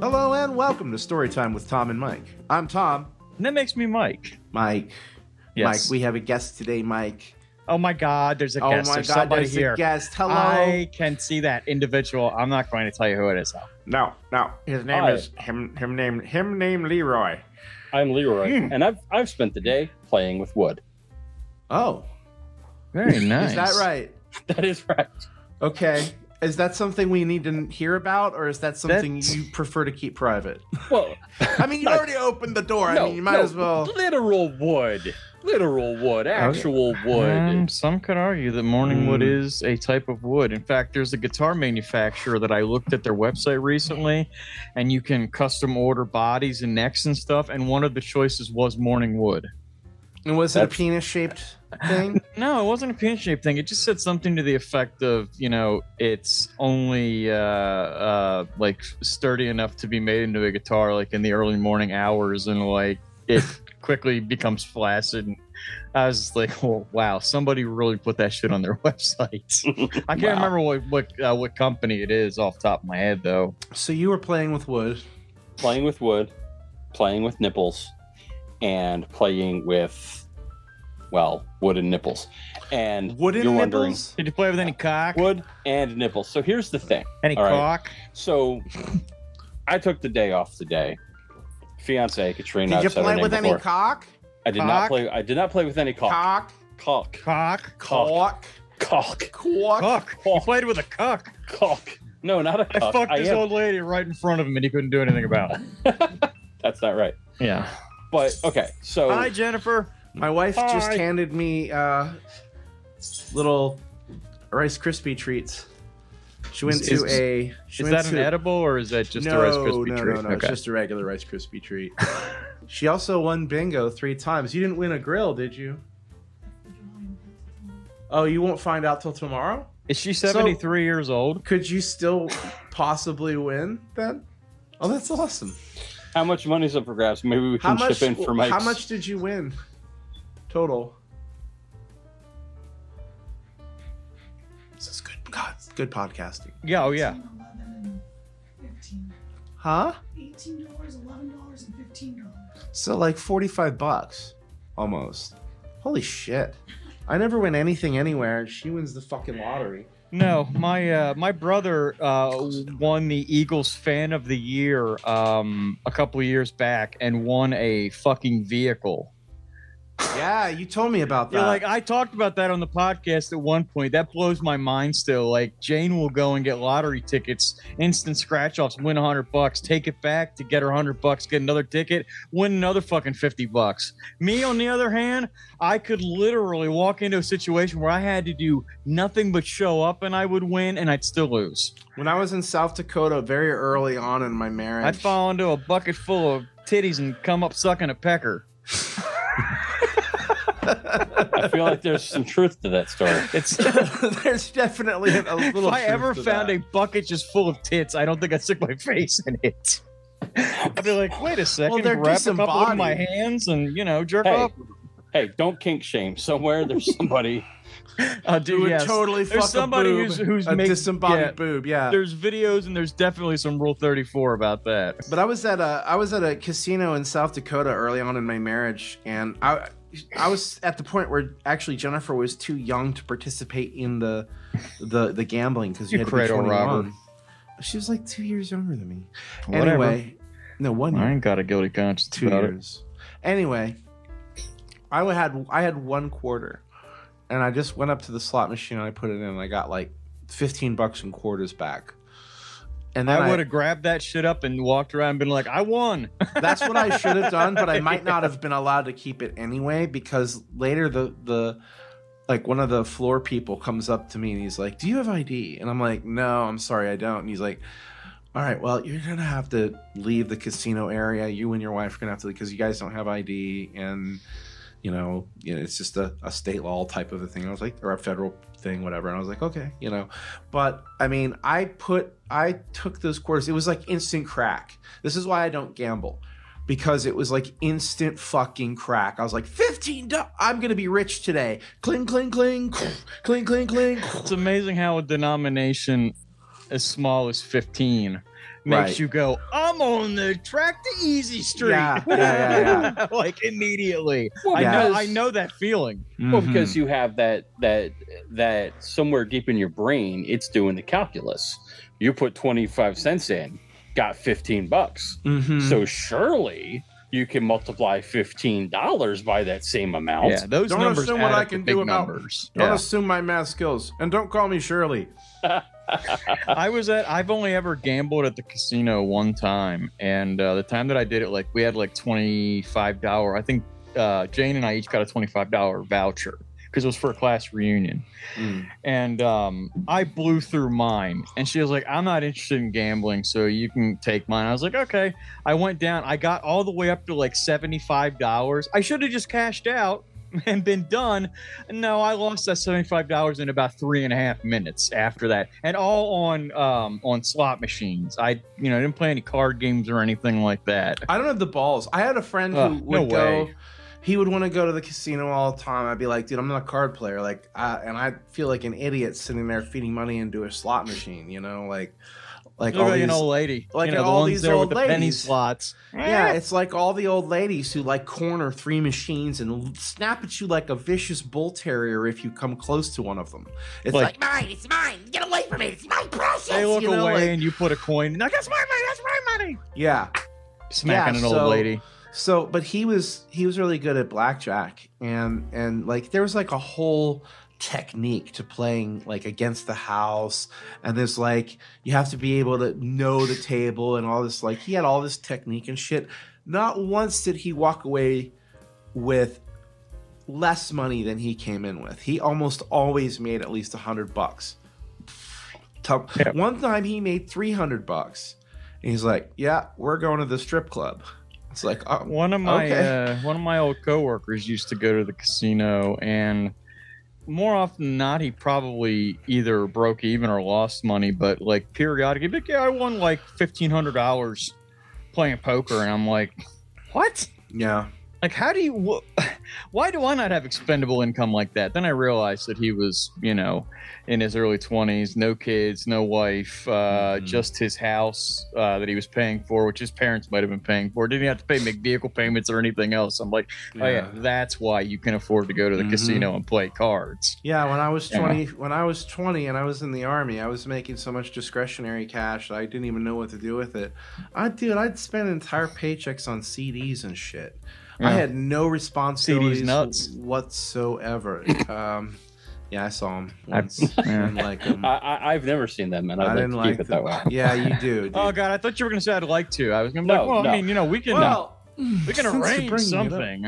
Hello and welcome to Storytime with Tom and Mike. I'm Tom. And that makes me Mike. Mike. Yes. Mike, we have a guest today, Mike. oh my God, there's a oh guest. my there's god, somebody there's here. a guest. Hello. I can see that individual. I'm not going to tell you who it is. though. No, no. His name Hi. is him him name him name Leroy. I'm Leroy, Hmm. and I've I've spent the day playing with wood. Oh. Very nice. Is that right? That is right. Okay. Is that something we need to hear about, or is that something That's- you prefer to keep private? Well, I mean, you No. already opened the door. I no, mean, you might no, as well. literal wood, literal wood, actual wood. Um, some could argue that morning wood Mm. is a type of wood. In fact, there's a guitar manufacturer that I looked at their website recently, and you can custom order bodies and necks and stuff. And one of the choices was morning wood. And was it a That's- penis shaped thing? No, it wasn't a pin shaped thing. It just said something to the effect of, you know, it's only uh, uh, like sturdy enough to be made into a guitar, like in the early morning hours, and like it quickly becomes flaccid. And I was just like, oh, wow, somebody really put that shit on their website. I can't Wow. remember what what uh, what company it is off the top of my head though. so you were playing with wood. Playing with wood, playing with nipples, and playing with well, wooden nipples. And Wooden you're wondering nipples? Did you play with any cock? wood and nipples. So here's the thing. Any Uh, All right. cock? So I took the day off today. Fiance Did Katrina. you I've said her play name with any before. cock? I did cock? not play. I did not play with any cock. Cock? Cock. Cock? Cock? Cock. Cock? Cock. You Cock. played with a cock. Cock. No, not a I cock. fucked I this am- old lady right in front of him, and he couldn't do anything about it. That's not right. Yeah. But okay, Oh. so Hi, Jennifer. My wife just Hi. handed me uh, little Rice Krispie treats. She went Is- to a. She Is went that an to- edible or is that just no, a Rice Krispie no, treat? No, no, It's just a regular Rice Krispie treat. she also won bingo three times. You didn't win a grill, did you? Oh, you won't find out till tomorrow. Is she So- 73 years old? Could you still possibly win then? Oh, that's awesome. how much money's up for grabs? Maybe we How can much? chip in for Mike's. How much did you win total? This is good. God, it's good podcasting. Yeah, oh, yeah. Huh? Eighteen dollars, eleven dollars, and fifteen dollars. So like forty-five bucks, almost. Holy shit! I never win anything anywhere. and She wins the fucking lottery. No, my uh, my brother uh, won the Eagles Fan of the Year um, a couple of years back and won a fucking vehicle. Yeah, you told me about that. Yeah, like I talked about that on the podcast at one point. That blows my mind still. Like Jane will go and get lottery tickets, instant scratch offs, win hundred bucks, take it back to get her hundred bucks, get another ticket, win another fucking fifty bucks. Me, on the other hand, I could literally walk into a situation where I had to do nothing but show up and I would win and I'd still lose. when I was in South Dakota very early on in my marriage. I'd fall into a bucket full of titties and come up sucking a pecker. I feel like there's some truth to that story. It's There's definitely a little. if I truth ever to found that. a bucket just full of tits, I don't think I'd stick my face in it. I'd be like, wait a second, they're grab a couple of my disembodied. hands and you know, jerk Hey. off. Hey, don't kink shame. Somewhere there's somebody. Uh, You dude, would yes. totally There's fuck somebody a boob, who's- who's a make- disembodied yeah. boob. Yeah, There's videos and there's definitely some Rule 34 about that. But I was at a I was at a casino in South Dakota early on in my marriage, and I I was at the point where actually Jennifer was too young to participate in the the the gambling because you, You had to be cradle robber. 21. She was like two years younger than me. Whatever. Anyway, no one year I ain't got a guilty conscience two about years. Anyway, I wa- had I had one quarter, and I just went up to the slot machine and I put it in. and I got like fifteen bucks and quarters back. And it. then I would have grabbed that shit up and walked around and been like, I won. That's what I should have done, but I might not have been allowed to keep it anyway because later the the like one of the floor people comes up to me and he's like, "Do you have ID?" And I'm like, "No, I'm sorry, I don't." And he's like, "All right, well, you're gonna have to leave the casino area. You and your wife are gonna have to because you guys don't have ID, and you know, you know, it's just a, a state law type of a thing." I was like, or a federal thing, whatever. And I was like, "Okay, you know," but I mean, I put, I took those quarters. It was like instant crack. This is why I don't gamble because it was like instant fucking crack. I was like, 15 do- I'm going to be rich today. Cling, cling, cling, cling, cling, cling. It's amazing how a denomination as small as 15 makes Right. you go, I'm on the track to Easy Street. Yeah, yeah, yeah, like immediately. Well, I know because- I know that feeling. Mm-hmm. Mm-hmm. Well, because you have that that that somewhere deep in your brain, it's doing the calculus. You put twenty five cents in, got fifteen bucks. Mhm. So surely you can multiply fifteen dollars by that same amount. Yeah, those Don't numbers assume add what I up to can big do about- numbers. don't Yeah. assume my math skills, and don't call me Shirley. I was at. I've only ever gambled at the casino one time, and uh, the time that I did it, like we had like twenty five dollar. I think uh, Jane and I each got a twenty five dollar voucher because it was for a class reunion, Mm. and um, I blew through mine. And she was like, "I'm not interested in gambling, so you can take mine." I was like, "Okay." I went down. I got all the way up to like seventy five dollars. I should have just cashed out. And been done. No, I lost that seventy-five dollars in about three and a half minutes after that, and all on um, on slot machines. I, you know, didn't play any card games or anything like that. I don't have the balls. I had a friend who Ugh, no would go. way. He would want to go to the casino all the time. I'd be like, dude, I'm not a card player. Like, I, and I feel like an idiot sitting there feeding money into a slot machine. You know, like, like Look all like these. an old lady, like you know, the all ones these there old with the penny ladies. slots. Eh. yeah, it's like all the old ladies who like corner three machines and snap at you like a vicious bull terrier if you come close to one of them. It's like, Like- mine. It's mine. Get away from it. It's my precious. They look you know, away like- and you put a coin. No, that's my money. That's my money. yeah. Smacking Yeah, an old so- lady. So, but he was he was really good at blackjack, and and like there was like a whole technique to playing like against the house, and there's like you have to be able to know the table and all this. Like he had all this technique and shit. Not once did he walk away with less money than he came in with. He almost always made at least a hundred bucks. Tum- Yeah. One time he made three hundred bucks, and he's like, "Yeah, we're going to the strip club." It's like, oh, One of my Okay. uh, one of my old coworkers used to go to the casino, and more often than not, he probably either broke even or lost money. But like periodically, he'd be like, yeah, I won like fifteen hundred dollars playing poker, and I'm like, what? yeah, Like, how do you? Wh- why do I not have expendable income like that? Then I realized that he was, you know, in his early twenties, no kids, no wife, uh, Mm-hmm. Mhm. just his house uh, that he was paying for, which his parents might have been paying for. Didn't have to pay make vehicle payments or anything else. I'm like, oh yeah, that's why you can afford to go to the Mm-hmm. Mhm. casino and play cards. Yeah, when I was Yeah. 20, when I was 20 and I was in the army, I was making so much discretionary cash that I didn't even know what to do with it. I dude, I'd spend entire paychecks on CDs and shit. I Yeah. had no responsibilities nuts. whatsoever. um, yeah, I saw him I- once. I, yeah. didn't like him. I, I I've never seen them, and I'd Um, I like didn't to like keep it that them. way. Yeah, you do. Dude. Oh god, I thought you were gonna say I'd like to. I was gonna be No, like, well, no. I mean, you know, we can uh, well, we can since you're bringing it arrange up- something.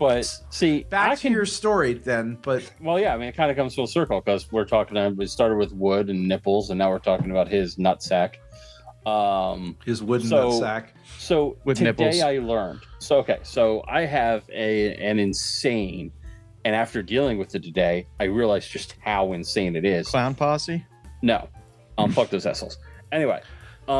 But see, back I to can your story then, but Well, yeah, I mean, it kind of comes full circle because we're talking. uh, We started with wood and nipples, and now we're talking about his nutsack. Um, his wooden So- nutsack. so With today nipples. I learned. So okay, so I have a an insane, and after dealing with it today, I realized just how insane it is. Clown posse. No, um, fuck those assholes. Anyway, um,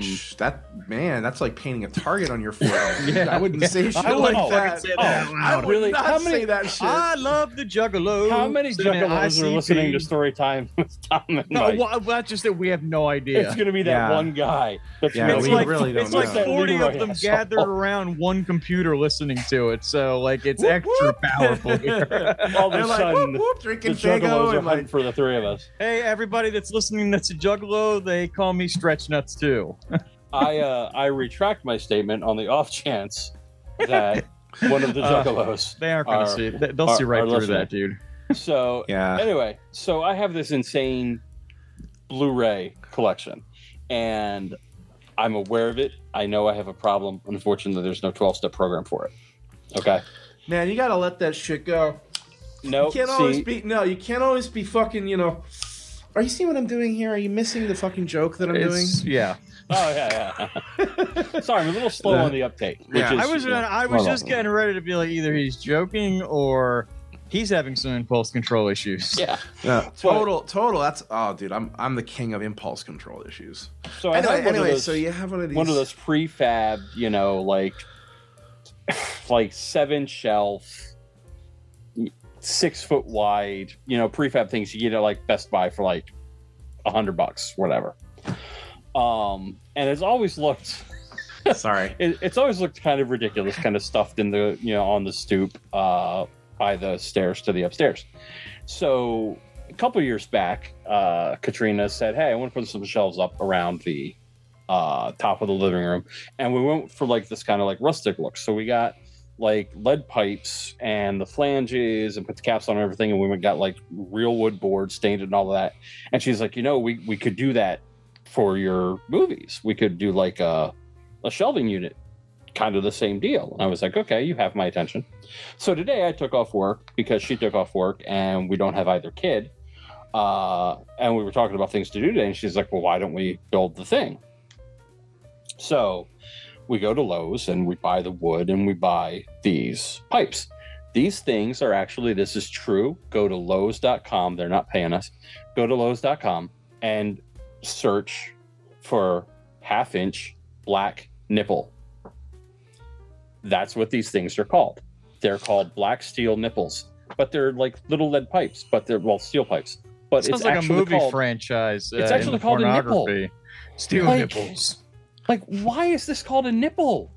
Ouch! that man, that's like painting a target on your forehead. Yeah. I wouldn't say shit I like wouldn't that. fucking say Oh, that out I loud. would Really? not How many- say that shit. I love the Juggalo. how many juggalos are listening to story time with Tom and No, Mike? well, that's just that we have no idea. It's gonna be that Yeah. one guy. That's Yeah, really we like, really don't it's know. like forty Leroy of them asshole. gathered around one computer listening to it. So like it's Whoop, extra powerful here. all of They're a like sudden. whoop whoop drinking the juggalos Fago are and hunting like for the three of us. hey, everybody that's listening, that's a Juggalo. They call me Stretch Nuts too. I uh, I retract my statement on the off chance that one of the Uh, juggalos. They aren't gonna Are- see. It. They- They'll are- see right are through listening. that, dude. So yeah. anyway, so I have this insane Blu-ray collection, and I'm aware of it. I know I have a problem. Unfortunately, there's no 12-step program for it. Okay. Man, you gotta let that shit go. No. you can't Oh, See, always be no. You can't always be fucking. You know. Are you seeing what I'm doing here? Are you missing the fucking joke that I'm It's, yeah, oh yeah, yeah. Sorry, I'm a little slow Uh, on the uptake. Which yeah. is, I was I was just getting ready to be like either he's joking or he's having some impulse control issues. Yeah. doing? Yeah. Total, total. That's oh, dude. I'm I'm the king of impulse control issues. So I Anyway, had one of anyway, those- so you have one of these. one of those prefab, you know, like like seven shelf, six foot wide, you know, prefab things you get at like Best Buy for like a hundred bucks, whatever. Um, and it's always looked Sorry. it, it's always looked kind of ridiculous, kind of stuffed in the you know on the stoop uh, by the stairs to the upstairs. So a couple years back, uh, Katrina said, "Hey, I want to put some shelves up around the uh, top of the living room," and we went for like this kind of like rustic look. So we got like lead pipes and the flanges and put the caps on and everything and we went got like real wood boards stained and all of that and she's like you know we, we could do that for your movies we could do like a a shelving unit, kind of the same deal. And I was like, okay, you have my attention. So today I took off work because she took off work and we don't have either kid. Uh, and we were talking about things to do today. And she's like, well, why don't we build the thing? So we go to Lowe's and we buy the wood and we buy these pipes. These things are actually, this is true. Go to Lowe's.com. They're not paying us. Go to Lowe's.com and search for half inch black nipple. That's what these things are called. They're called black steel nipples, but they're like little lead pipes, but they're well steel pipes. But sounds it's like a actually movie called, franchise. it's uh, actually in called a nipple. pornography. Steel Like- nipples. like why is this called a nipple?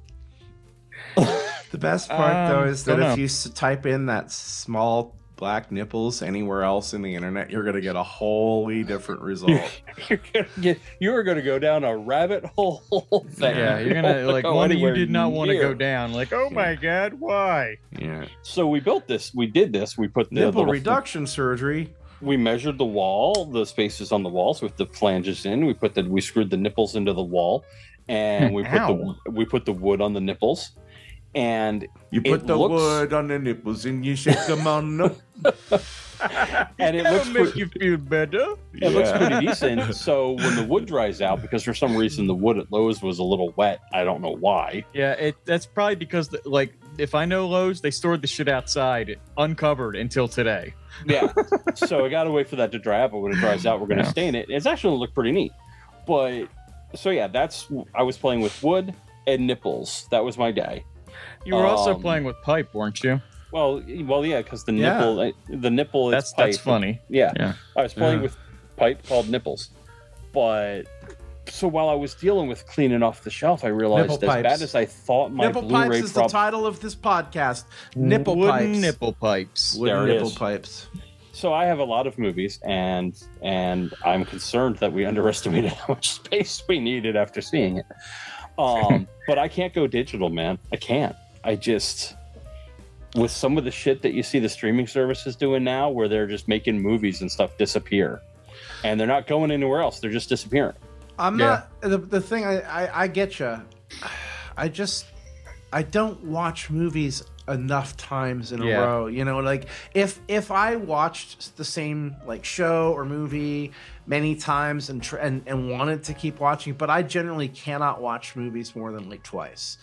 The best part though Um, is that don't if know. you s- type in that small black nipples anywhere else in the internet, you're gonna get a wholly different result. You're gonna get, you are going to go down a rabbit hole. That Yeah, you're you gonna don't like Oh, go one that you anywhere did not want to near. go down. Like, oh my god, why? yeah. So we built this. We did this. We put the Nipple little- reduction surgery. we measured the wall, the spaces on the walls with the flanges in. We put the we screwed the nipples into the wall, and we put Ow. the we put the wood on the nipples, and You It put the looks- wood on the nipples and you shake them on up. and it That'll looks make pretty, you feel better. it looks pretty decent. So when the wood dries out, because for some reason the wood at Lowe's was a little wet, I don't know why. Yeah, it that's probably because the, like if I know Lowe's, they stored the shit outside uncovered until today. Yeah. so I got to wait for that to dry out, but when it dries out, we're going to Yeah. stain it. It's actually going to look pretty neat. But so yeah, that's I was playing with wood and nipples. That was my day. You were also Um, playing with pipe, weren't you? Well, well, yeah, because the Yeah. nipple, eh, the nipple is That's pipe. that's funny. Yeah. Yeah. I was playing Yeah. with pipe called nipples, but so while I was dealing with cleaning off the shelf, I realized Nipple as pipes. bad as I thought my nipple Blu-ray pipes is prob- the title of this podcast. Nipple Wooden pipes. nipple pipes. Wooden There it nipple is. pipes. so I have a lot of movies, and and I'm concerned that we underestimated how much space we needed after seeing it. Um, but I can't go digital, man. I can't. I just with some of the shit that you see the streaming services doing now, where they're just making movies and stuff disappear, and they're not going anywhere else. They're just disappearing. I'm Yeah. not the, the thing. I I, I get you. I just I don't watch movies enough times in Yeah. a row. You know, like if if I watched the same like show or movie many times and tr- and and wanted to keep watching, but I generally cannot watch movies more than like twice,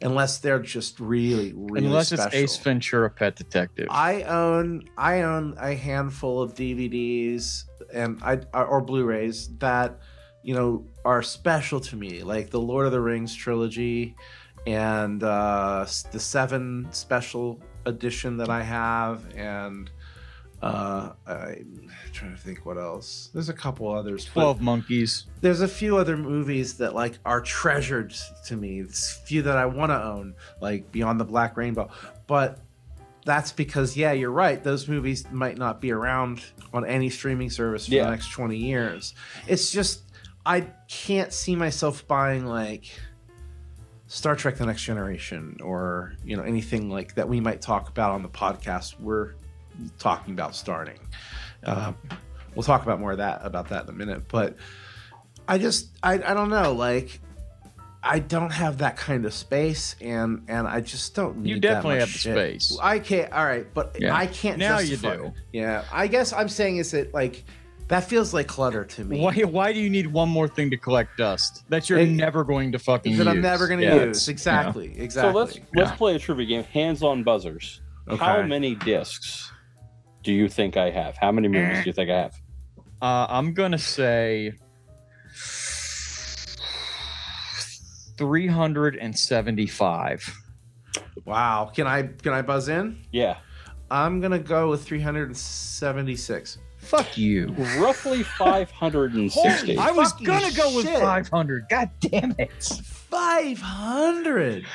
unless they're just really really Unless special. it's Ace Ventura Pet Detective. I own I own a handful of DVDs and I or Blu-rays that you know are special to me, like the Lord of the Rings trilogy and uh, the Seven special edition that I have, and uh, I'm trying to think what else. There's a couple others. but- Twelve monkeys. there's a few other movies that like are treasured to me. It's few that I want to own, like Beyond the Black Rainbow. But that's because, yeah, you're right. Those movies might not be around on any streaming service for Yeah. the next 20 years. It's just I can't see myself buying like Star Trek: The Next Generation or you know anything like that we might talk about on the podcast. We're talking about starting. Uh, we'll talk about more of that about that in a minute, but. I just I, I don't know like I don't have that kind of space and and I just don't need You that definitely much have the shit. space. I can't all right but Yeah. I can't Now you justify do. it. yeah I guess I'm saying is that like that feels like clutter to me Why, why do you need one more thing to collect dust that you're It- never going to fucking that use? I'm never gonna Yeah. use exactly exactly So let's let's play a trivia game. Hands on buzzers. How Okay. many discs do you think I have? How many movies Eh. do you think I have? Uh, I'm gonna say 375. wow can I can I buzz in Yeah. I'm gonna go with 376 Fuck you. roughly 560. I was Fucking gonna go with shit. 500. God damn it. Five hundred.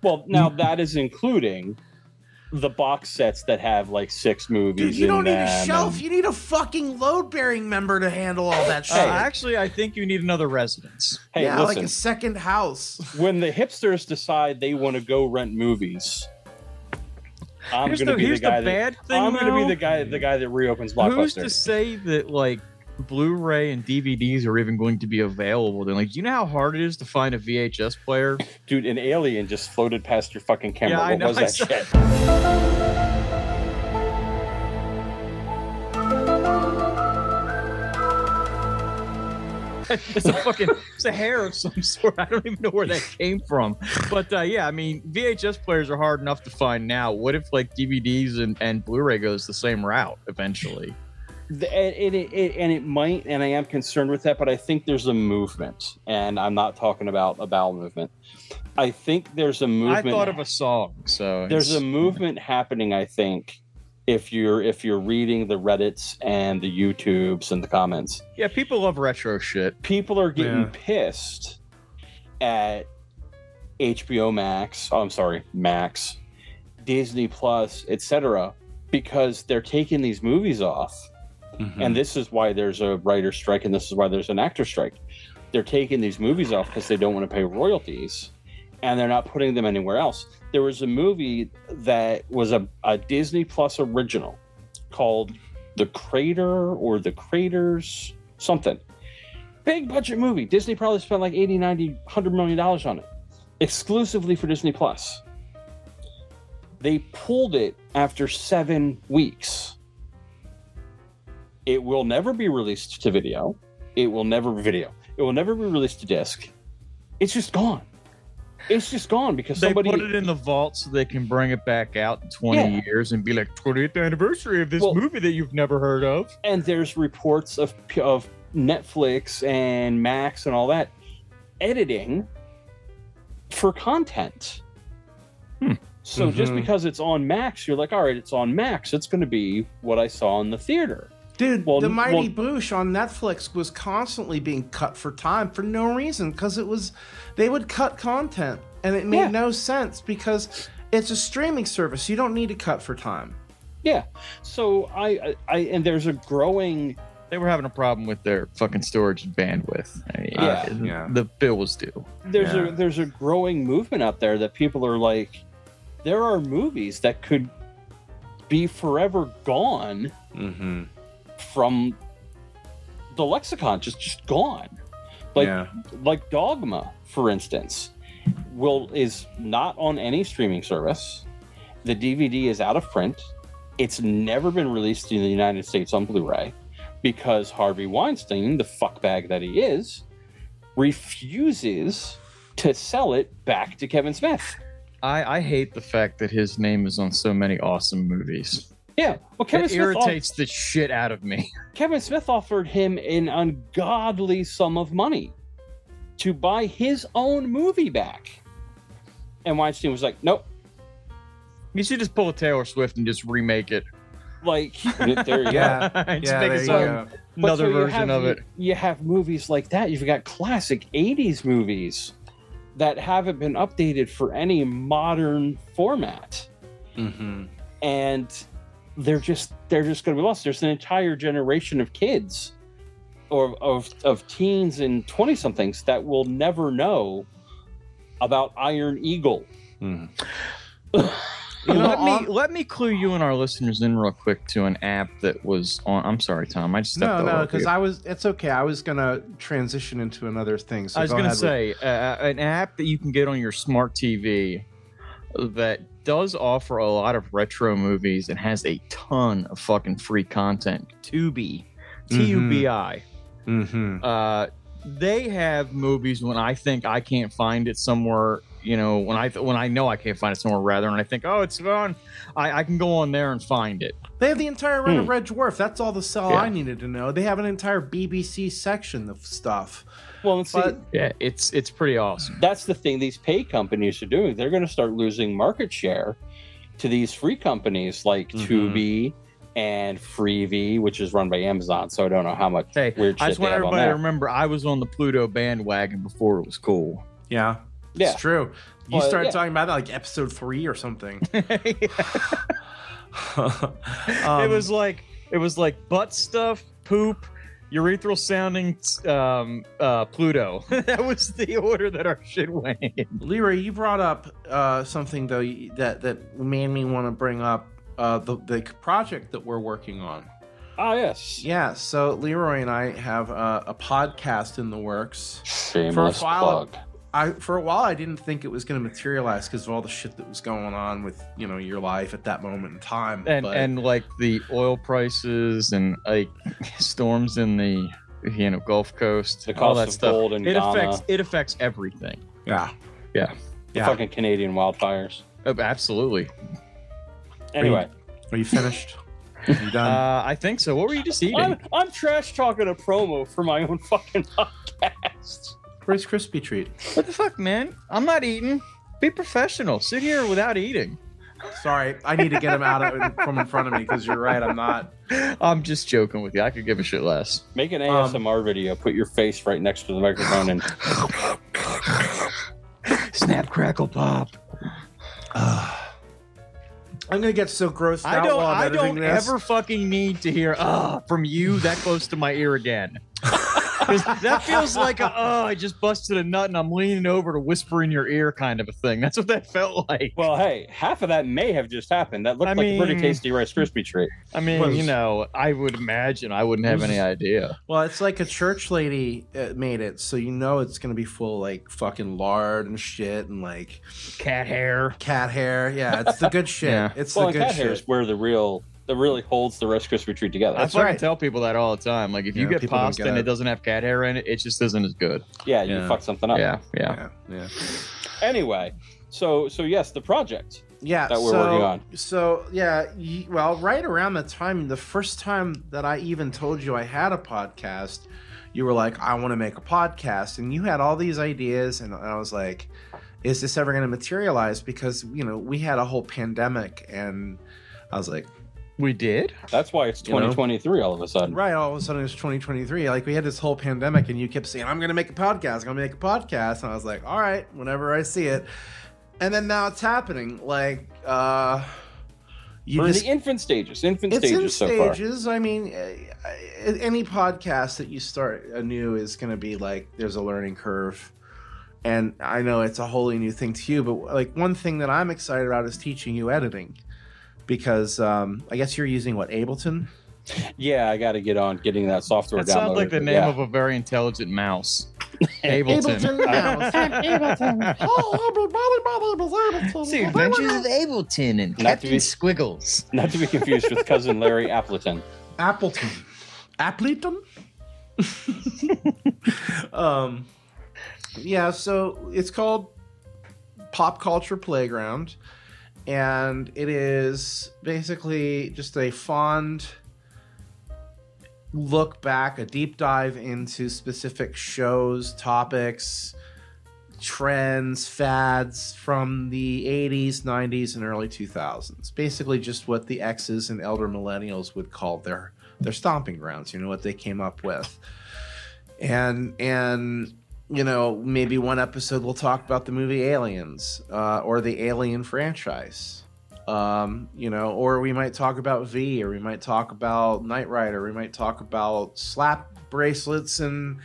Well, now that is including the box sets that have like six movies. Dude, you in don't need a them shelf. and- You need a fucking load bearing member to handle all that shit. Uh, actually, I think you need another residence. hey, yeah, listen. like a second house. when the hipsters decide they want to go rent movies, I'm here's going to the, be the here's guy the that bad thing. I'm going to though. be the guy the guy that reopens Who's Blockbuster. to say that like Blu-ray and DVDs are even going to be available? Then, like, do you know how hard it is to find a VHS player? Dude, an alien just floated past your fucking camera. Yeah, I what know, was I that saw- shit? it's a fucking it's a hair of some sort. I don't even know where that came from. But uh, yeah, I mean, VHS players are hard enough to find now. What if like DVDs and, and Blu-ray goes the same route eventually? The- It, it, it, and it might, and I am concerned with that, but I think there's a movement, and I'm not talking about a bowel movement. I think there's a movement. I thought of a song, so there's a it's- movement happening i think if you're if you're reading the reddits and the youtubes and the comments yeah. People love retro shit. people are getting Yeah. pissed at hbo max oh, i'm sorry max disney plus etc because they're taking these movies off Mm-hmm. and this is why there's a writer strike and this is why there's an actor strike they're taking these movies off because they don't want to pay royalties and they're not putting them anywhere else there was a movie that was a, a disney plus original called the crater or the craters something big budget movie disney probably spent like 80 90 100 million dollars on it exclusively for disney plus they pulled it after seven weeks it will never be released to video. It will never video. It will never be released to disc. It's just gone. It's just gone because somebody they put it in the vault so they can bring it back out in 20 Yeah. years and be like 20th anniversary of this Well- movie that you've never heard of. and there's reports of of Netflix and Max and all that editing for content. Hmm. So just Mhm. because it's on Max, you're like, all right, it's on Max. It's going to be what I saw in the theater. Dude, Well, the n- Mighty well- Boosh on Netflix was constantly being cut for time for no reason because it was they would cut content and it made Yeah. no sense because it's a streaming service. You don't need to cut for time. Yeah. So I, I, I and there's a growing They were having a problem with their fucking storage and bandwidth. I mean, Yeah. uh, Yeah. The bill was due. there's Yeah. a there's a growing movement out there that people are like there are movies that could be forever gone Mm-hmm. from the lexicon just just gone like yeah. like dogma for instance will is not on any streaming service the dvd is out of print it's never been released in the united states on blu-ray because harvey weinstein the fuckbag that he is refuses to sell it back to kevin smith I, I hate the fact that his name is on so many awesome movies. yeah well kevin it smith, off- irritates the shit out of me. kevin smith offered him an ungodly sum of money to buy his own movie back and weinstein was like nope You should just pull a Taylor Swift and just remake it. like there you go. Yeah. And just Yeah, make there his you own go. But another so you version have- of it. You have movies like that. You've got classic 80s movies that haven't been updated for any modern format. Mm-hmm. And they're just they're just going to be lost. There's an entire generation of kids or of of teens and 20 somethings that will never know about Iron Eagle. Mm-hmm. You know, let me on- let me clue you and our listeners in real quick to an app that was on. I'm sorry, Tom. I just No, stepped all no, over because you. I was. It's okay. I was gonna transition into another thing. So I was go going to ahead with- say uh, an app that you can get on your smart TV that does offer a lot of retro movies and has a ton of fucking free content. Tubi, Mm-hmm. T U B I. Mhm. Uh, they have movies when I think I can't find it somewhere. You know, when I when I know I can't find it somewhere, rather, and I think, oh, it's on. I, I can go on there and find it. They have the entire run of Hmm. Red Dwarf. That's all the cell Yeah. I needed to know. They have an entire BBC section of stuff. Well, let's see. But Yeah, it's it's pretty awesome. that's the thing these pay companies are doing. Mm-hmm. They're going to start losing market share to these free companies like Mhm. Tubi and Freevee, which is run by Amazon. So I don't know how much Hey, weird shit I just they want have on everybody to there. remember I was on the Pluto bandwagon before it was cool. Yeah. Yeah. It's true. You Well, started yeah. talking about that like episode three or something. Um, it was like it was like butt stuff, poop, urethral sounding um, uh, Pluto. that was the order that our shit went in. Leroy, you brought up uh, something though you- that that made me want to bring up uh, the the project that we're working on. Ah, yes. Yeah, so Leroy and I have uh, a podcast in the works. Shameless while- plug. I for a while I didn't think it was going to materialize because of all the shit that was going on with you know your life at that moment in time. And but and like the oil prices and like storms in the you know Gulf Coast, The all cost that of stuff. gold in It Ghana, affects it affects everything. yeah, the yeah. fucking Canadian wildfires. Oh, absolutely. Anyway, are you finished? you done? Uh, I think so. What were you just eating? I'm, I'm trash talking a promo for my own fucking podcast. Rice crispy treat. What the fuck, man? I'm not eating. Be professional. Sit here without eating. Sorry, I need to get him out of from in front of me because you're right. I'm not. I'm just joking with you. I could give a shit less. Make an Um, ASMR video. Put your face right next to the microphone and Snap, crackle, pop. I'm gonna get so grossed I out don't. while I'm I editing don't this. ever fucking need to hear "ah" from you that close to my ear again. 'Cause that feels like a, oh, I just busted a nut and I'm leaning over to whisper in your ear kind of a thing. That's what that felt like. Well, hey, half of that may have just happened. That looked I like a mean- pretty tasty Rice Krispie treat. I mean, Was- you know, I would imagine I wouldn't have Was- any idea. Well, it's like a church lady uh, made it, so you know it's gonna be full like fucking lard and shit and like Cat hair. cat hair. Yeah, it's the good shit. Yeah. It's Well, the and good cat hair is shit. where the real, that really holds the Rice Krispie treat together. I That's fucking right. tell people that all the time. Like, if you Yeah, get people don't pasta get and it. it doesn't have cat hair in it, it just isn't as good. yeah, you yeah. fucked something up. Yeah, yeah. Yeah, yeah, Anyway, so so yes, the project. yeah. That we're so, working on. So yeah, y well, right around the time, the first time that I even told you I had a podcast, you were like, "I want to make a podcast," and you had all these ideas, and I was like, "Is this ever going to materialize?" Because you know we had a whole pandemic, and I was like. We did. That's why it's You know? 2023 all of a sudden. Right, all of a sudden it's 2023. Like we had this whole pandemic, and you kept saying, "I'm going to make a podcast. I'm going to make a podcast," and I was like, "All right, whenever I see it." And then now it's happening. Like uh, you We're just- in the infant stages. Infant it's stages in so stages. I mean, uh, any podcast that you start anew is going to be like there's a learning curve. And I know it's a wholly new thing to you, but like one thing that I'm excited about is teaching you editing, because um, I guess you're using what Ableton. far. Yeah, I got to get on getting that software That sounds downloaded, like the but name yeah. of a very intelligent mouse. Ableton. Ableton the mouse. See, Adventures of Ableton and to Captain be- Squiggles. Not to be confused with cousin Larry Appleton. Appleton. Appleton? um, yeah, so it's called Pop Culture Playground, and it is basically just a fond look back, a deep dive into specific shows, topics, trends, fads from the 80s, 90s, and early 2000s. Basically, just what the X's and elder millennials would call their their stomping grounds. You know what they came up with, and and you know maybe one episode we'll talk about the movie Aliens uh, or the Alien franchise. Um, you know, or we might talk about V, or we might talk about Knight Rider, we might talk about slap bracelets and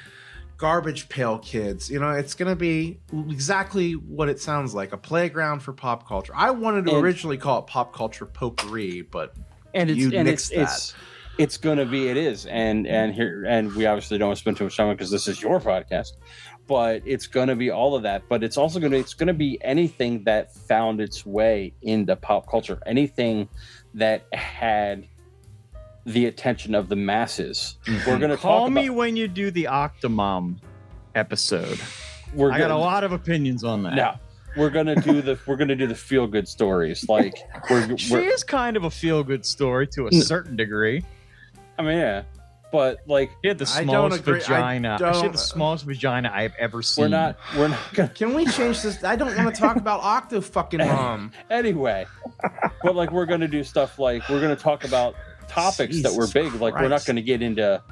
garbage pail kids. You know, it's going to be exactly what it sounds like a playground for pop culture. I wanted to And- originally call it pop culture potpourri, but and it's You and nixed it's, it's it's gonna be it is and and here and we obviously don't want to spend too much time because this is your podcast but it's gonna be all of that but it's also gonna it's gonna be anything that found its way into pop culture anything that had the attention of the masses we're gonna Call talk me about, when you do the Octomom episode. we're I gonna, got a lot of opinions on that. no we're gonna do the we're gonna do the feel good stories like we're, She we're is kind of a feel good story to a N- certain degree. i mean yeah but like She had the I don't smallest agree- I vagina. She had don't- the smallest vagina I've ever seen. we're not we're not gonna Can we change this? I don't want to talk about Octo fucking Mom. anyway but like we're gonna do stuff like we're gonna talk about topics that were Jesus big. Like we're not Christ. going to get into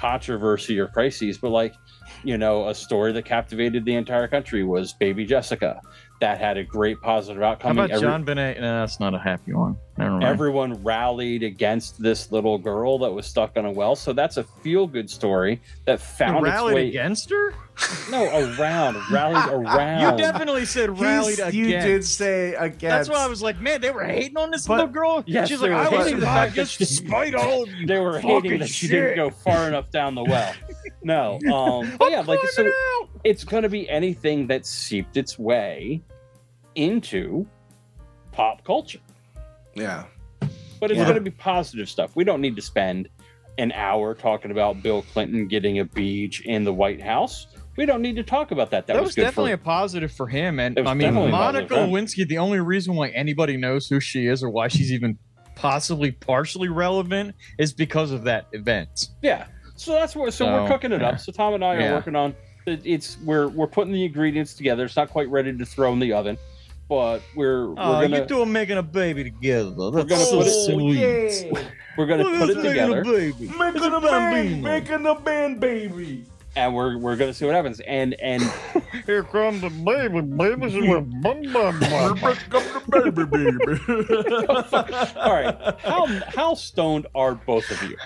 controversy or crises, but like you know, a story that captivated the entire country was Baby Jessica. That had a great positive How outcome. and about John Benet? No, that's not a happy one. Never mind. Everyone rallied against this little girl that was stuck on a well. So that's a feel-good story that You found its rallied way. against her? No, around, rallied You around. definitely said He's- rallied against. you did say against. That's why I was like, man, they were hating on this But- little girl. Yes, She's they like, were I hating was the not fact that just she- despite all of you. they were hating Fucking that she didn't shit. go far enough down the well. No, um, but yeah, like so climbing out. it's going to be anything that seeped its way into pop culture, Yeah. but it's Yeah. going to be positive stuff. We don't need to spend an hour talking about Bill Clinton getting a beach in the White House. We don't need to talk about that. That, That, was, good definitely for, a positive for him. And It was I mean, definitely a Monica positive. Lewinsky, the only reason why anybody knows who she is or why she's even possibly partially relevant is because of that event. yeah. So that's what. So, So, we're cooking it yeah. up. So Tom and I Yeah. are working on. it- It's we're we're putting the ingredients together. It's not quite ready to throw in the oven, but we're we're Oh, gonna you two are making a baby together. That's gonna so put it- sweet. we're gonna Look put at it us making together. a baby. Oh, Making It's a a band, bambino. making a band, baby. and we're we're gonna see what happens. And and Here comes the baby. Babies are bum bum bum. baby, baby. all right, how how stoned are both of you?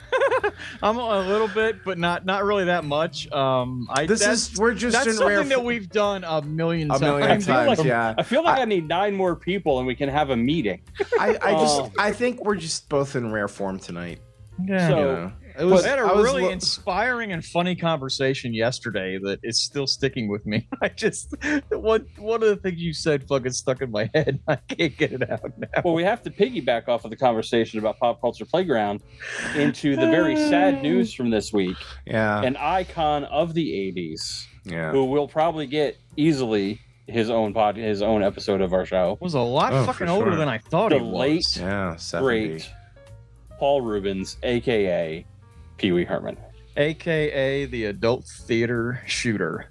I'm a little bit, but not not really that much. Um, I This that's, is we're just that's in something rare. that we've done a million a times. million times, feel like I'm- yeah. I feel like I, need nine more people, and we can have a meeting. I, I just, Oh. I think we're just both in rare form tonight. Yeah. You So- know? It we had a I was really lo- inspiring and funny conversation yesterday that is still sticking with me. I just one one of the things you said fucking stuck in my head. I can't get it out now. Well, we have to piggyback off of the conversation about pop culture playground into the very sad news from this week. yeah, An icon of the '80s, yeah. who will probably get easily his own pod, his own episode of our show. Was a lot Oh, for fucking older sure. than I thought The it was. late- Yeah, 70. Great, Paul Rubens, aka Pee Wee Herman. AKA the adult theater shooter.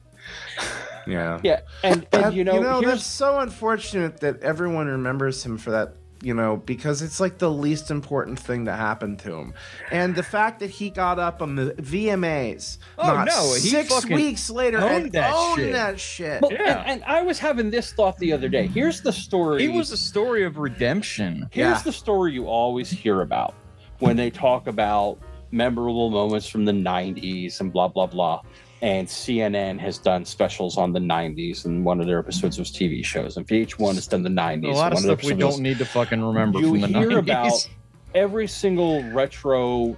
Yeah. Yeah, and, That- and you know, that's here's so unfortunate that everyone remembers him for that, you know, because it's like the least important thing that happened to him. And the fact that he got up on the VMAs Oh, not no, he six fucking weeks later owned and that owned shit. that shit. Well, Yeah. and, and I was having this thought the other day. Here's the story. It was a story of redemption. Here's Yeah. the story you always hear about when they talk about memorable moments from the 90s and blah, blah, blah. And CNN has done specials on the 90s, and one of their episodes was TV shows. And VH1 has done the 90s. A lot of and one their stuff we episodes- don't need to fucking remember You from the hear 90s. about- Every single retro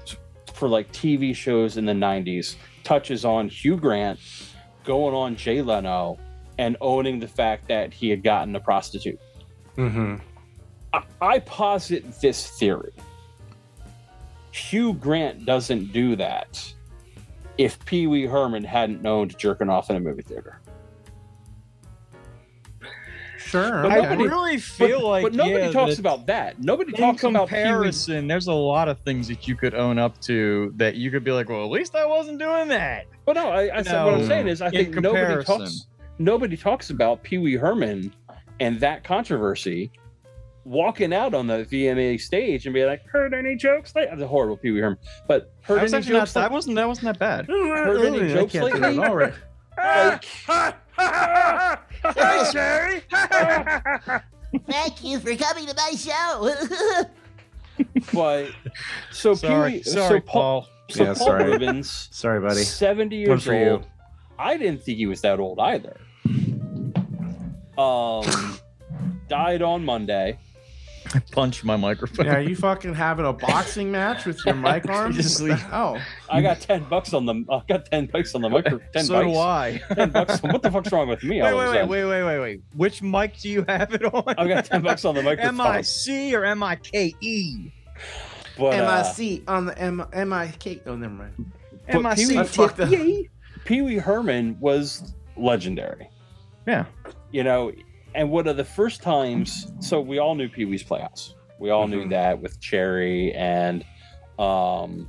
for like TV shows in the 90s touches on Hugh Grant going on Jay Leno and owning the fact that he had gotten a prostitute. Mm-hmm. I- I posit this theory. Hugh Grant doesn't do that if Pee Wee Herman hadn't owned jerking off in a movie theater. Sure. But okay. I nobody- really feel but, like but nobody yeah, talks that- about that. Nobody in talks about Pee Wee. comparison, there's a lot of things that you could own up to that you could be like, well, at least I wasn't doing that. But no, I, I said what No. I'm saying is I In think nobody comparison. talks nobody talks about Pee Wee Herman and that controversy walking out on the VMA stage and be like, heard any jokes? Like, that's a horrible Pee Wee Herman. But heard That was any actually not jokes? that wasn't that wasn't that bad. heard any I jokes can't do lately? it all right. like, Thank you for coming to my show. But so sorry, Pee Wee, sorry, so Paul, Paul. so Yeah, Paul sorry. Rubens, Sorry, buddy. seventy One years for you. old. I didn't think he was that old either. Um, died on Monday. I punched my microphone. Yeah, are you fucking having a boxing match with your mic arm? Just What the leave. hell? I got ten bucks on the. I got ten bucks on the micro. Ten so do bucks. I. Ten bucks. What the fuck's wrong with me? wait, all of wait, a wait, sudden? wait, wait, wait, wait. Which mic do you have it on? I got ten bucks on the microphone. M I C or M I K E? But, M I uh, C on the M M I K. Oh, never mind. But M I Pee-wee- I C. E? fucked up. Pee Wee Herman was legendary. Yeah. You know, and one of the first times, so we all knew Pee Wee's Playhouse. We all knew Mhm. that with Cherry and um,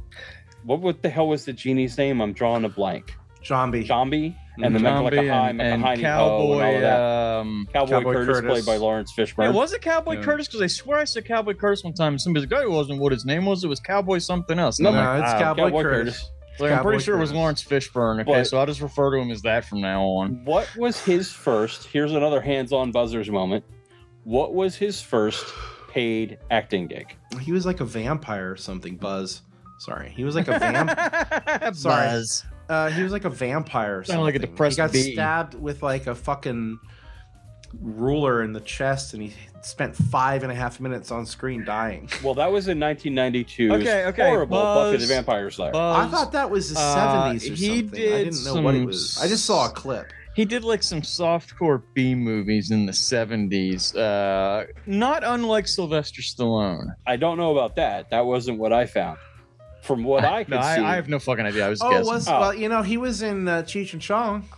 what, what the hell was the genie's name? I'm drawing a blank. Zombie. Zombie and the Mecha Zombie Like a High, and, Mecha and Heine Ho, and all Cowboy. of that. um, Cowboy, Cowboy Curtis, Curtis. played by Lawrence Wait, Fishburne. was it Cowboy Yeah. Curtis? Because I swear I said Cowboy Curtis one time. and Somebody's like, oh, it wasn't what his name was. It was Cowboy something else. And No, I'm like, it's "Ah, Cowboy, Curtis. Like, I'm Cowboy pretty sure it was Curtis. Lawrence Fishburne. Okay, But- so I'll just refer to him as that from now on. What was his first? Here's another hands-on buzzers moment. What was his first paid acting gig? He was like a vampire or something. Buzz. Sorry, he was like a vamp. Sorry. Buzz. uh, he was like a vampire. Or Sounded like a something. He depressed got bee. stabbed with like a fucking ruler in the chest, and he spent five and a half minutes on screen dying. Well, that was in 1992. Okay, okay, Horrible Buffy Buzz- the Vampire Slayer. I Buzz. thought that was the uh, seventies or he something. I did didn't know what it some was. I just saw a clip. he did like some softcore B movies in the 70s. Uh, not unlike Sylvester Stallone. I don't know about that. That wasn't what I found. From what I, could No, see, I, I have no fucking idea. I was Oh, it guessing. was Oh. well, you know, he was in uh, Cheech and Chong.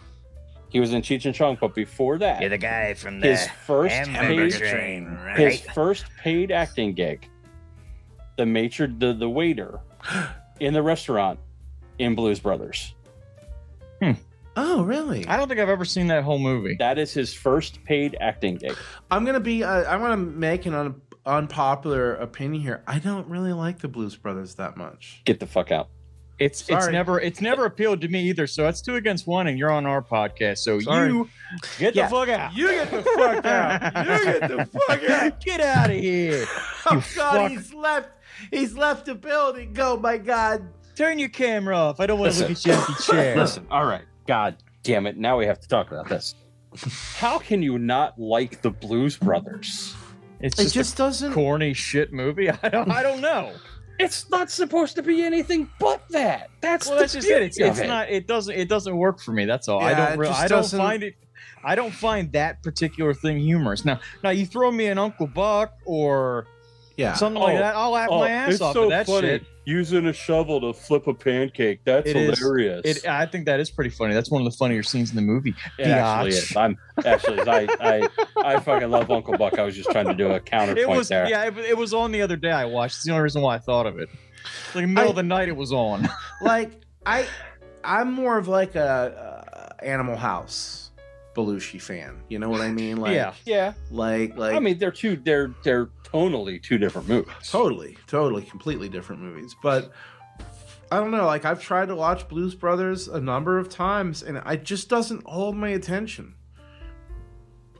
he was in Cheech and Chong, but before that, You're the guy from the his first hamburger paid, train, his right? first paid acting gig, the matron, the, the waiter in the restaurant in Blues Brothers. Oh, really? I don't think I've ever seen that whole movie. That is his first paid acting gig. I'm gonna be. Uh, I'm gonna make an un- unpopular opinion here. I don't really like the Blues Brothers that much. Get the fuck out. It's it's Sorry. never it's never appealed to me either. So it's two against one, and you're on our podcast. So Sorry. you get Yeah. the fuck out. You get the fuck out. You get the fuck out. Get out of here. Oh You God, fuck. he's left. He's left the building. Go, my God. Turn your camera off. I don't want to look at your empty chair. Listen, all right. God damn it. Now we have to talk about this. How can you not like the Blues Brothers? It's It just, just a doesn't. corny shit movie. I don't I don't know. It's not supposed to be anything but that. That's Well, the that's just it. beauty It's, of it's it. not. It doesn't. It doesn't work for me. That's all. I Yeah, don't. it Re- just I don't doesn't- find it. I don't find that particular thing humorous. Now, now you throw me an Uncle Buck or Yeah. something like Oh, that, I'll laugh my ass off at that shit. Using a shovel to flip a pancake. That's It is- hilarious. It, I think that is pretty funny. That's one of the funnier scenes in the movie. It actually biatch. is. I'm actually I, I I fucking love Uncle Buck. I was just trying to do a counterpoint It was there. yeah, it, it was on the other day. I watched. It's the only reason why I thought of it. Like middle I- of the night, it was on. like I, I'm more of like a, uh Animal House Belushi fan. You know what I mean? Like, yeah, Yeah. Like, like. I mean, they're two. They're they're tonally two different movies. totally, totally, completely different movies. But I don't know. Like I've tried to watch Blues Brothers a number of times, and it just doesn't hold my attention.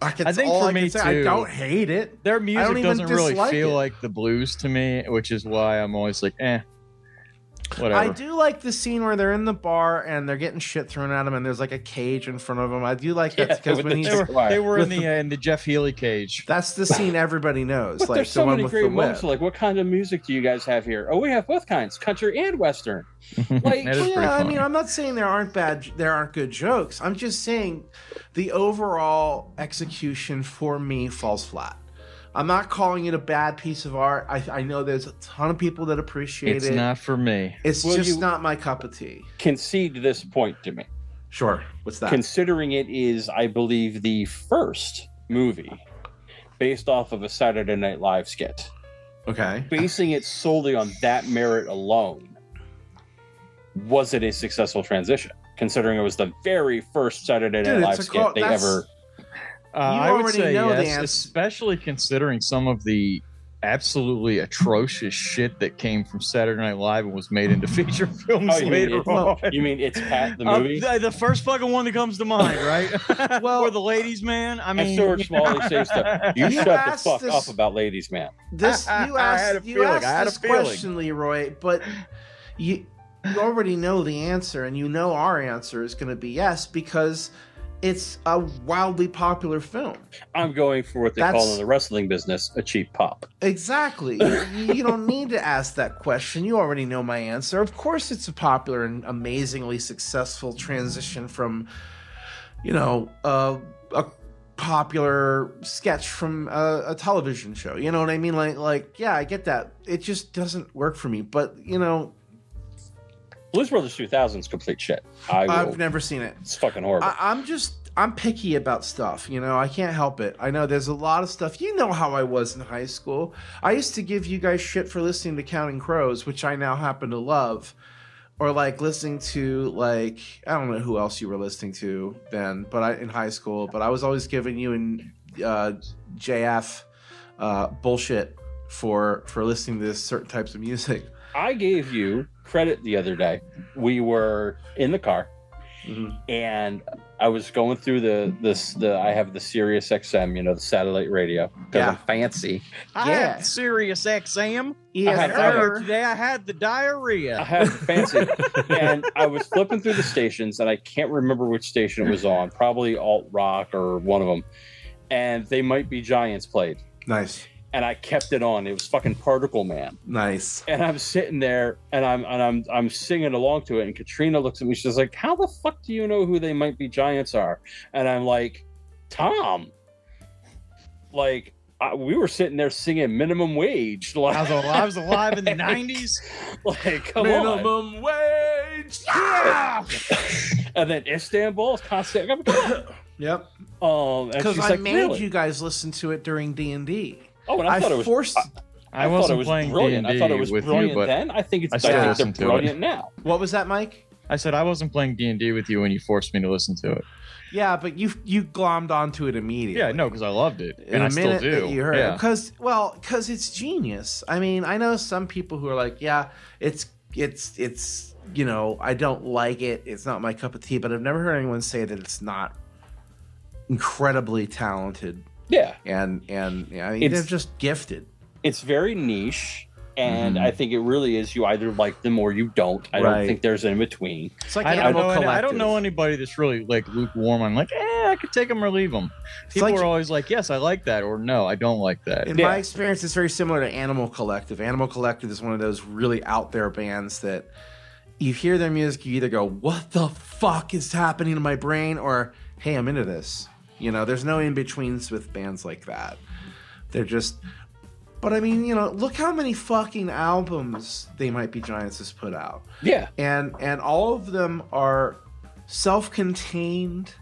Like it's I think all for I can me, say. I too. don't hate it. their I don't music even doesn't really dislike feel it. like the blues to me, which is why I'm always like, eh, whatever. I do like the scene where they're in the bar and they're getting shit thrown at them, and there's like a cage in front of them. I do like that Yeah, because with when the he's chicken wire. They were in With the, the- uh, in the Jeff Healy cage. that's the scene everybody knows, But like there's the so one many with great the moments. whip. Like, what kind of music do you guys have here? Oh, we have both kinds, country and western. Like, that is pretty yeah, I funny. mean, I'm not saying there aren't bad, there aren't good jokes. I'm just saying the overall execution for me falls flat. I'm not calling it a bad piece of art. I, I know there's a ton of people that appreciate it's it. not for me. it's Will just you- not my cup of tea. Concede this point to me, Sure. What's that? considering it is, I believe, the first movie based off of a Saturday Night Live skit. okay. Basing it solely on that merit alone, was it a successful transition? Considering it was the very first Saturday Night Dude, it's Live a skit call- they that's- ever. Uh, You I would already say know the yes, answer. especially considering some of the absolutely atrocious shit that came from Saturday Night Live and was made into feature films Oh, you mean, later it's, on. you mean it's Pat the Uh, movie? the, the first fucking one that comes to mind, right? Well- or the ladies' man. I mean, and George Smalley says stuff. You, You shut the asked fuck this- up about ladies, man. This I- I- you I had a asked you feeling. I had asked a this feeling. question, Leroy, but you you already know the answer, and you know our answer is going to be yes because it's a wildly popular film. I'm going for what they call That's- in the wrestling business a cheap pop. Exactly. you, you don't need to ask that question. You already know my answer. Of course, it's a popular and amazingly successful transition from, you know, uh, a popular sketch from a, a television show. You know what I mean? Like, like, yeah, I get that. It just doesn't work for me. But you know, Blues Brothers 2000 is complete shit. I will. I've never seen it. it's fucking horrible. I, I'm just I'm picky about stuff, you know. I can't help it. I know there's a lot of stuff. You know how I was in high school. I used to give you guys shit for listening to Counting Crows, which I now happen to love. or like listening to like I don't know who else you were listening to then, but I in high school, but I was always giving you and uh, JF uh, bullshit for for listening to certain types of music. I gave you credit the other day. We were in the car Mhm. and I was going through the this the I have the Sirius XM, you know, the satellite radio. 'cause Yeah. I'm fancy. I Yeah. had Sirius XM Yes, had earlier sir. today. I had the diarrhea. I have fancy. and I was flipping through the stations, and I can't remember which station it was on. Probably alt rock or one of them. And they might be Giants played. Nice, And I kept it on. It was fucking Particle Man. nice. And I'm sitting there, and I'm and I'm I'm singing along to it. And Katrina looks at me. She's like, "How the fuck do you know who they might be Giants are?" And I'm like, "Tom, like." I, we were sitting there singing minimum wage, I was like, alive, I was alive in the 90s. like come oh, on. Minimum wage. Yeah. and then Istanbul, constant. Yep. Um, and Because she's I like, made really? you guys listen to it during D and D. Oh, and I, I thought it was. forced. I, I thought it wasn't was playing brilliant. I thought it D&D was with brilliant you, but then. I think it's. I I, still think listened to they're it. brilliant now. what was that, Mike? I said I wasn't playing D&D with you when you forced me to listen to it. Yeah, but you you glommed onto it immediately. Yeah, no, because I loved it, In and a I still minute do. That you heard yeah. because well because it's genius. I mean, I know some people who are like, yeah, it's it's it's you know I don't like it. It's not my cup of tea. But I've never heard anyone say that it's not incredibly talented Yeah, and and yeah, I mean, It's- they're just gifted. it's very niche, and I think it really is. You either like them or you don't. I Right. don't think there's an in between. It's like I don't, animal know any, collective. I don't know anybody that's really like lukewarm on like, eh, I could take them or leave them. It's People like- are always like, yes, I like that, or no, I don't like that. In Yeah. my experience, it's very similar to Animal Collective. Animal Collective is one of those really out there bands that you hear their music, you either go, What the fuck is happening to my brain? or Hey, I'm into this. You know, there's no in betweens with bands like that. They're just, but I mean, you know, look how many fucking albums They Might Be Giants has put out Yeah, and and all of them are self-contained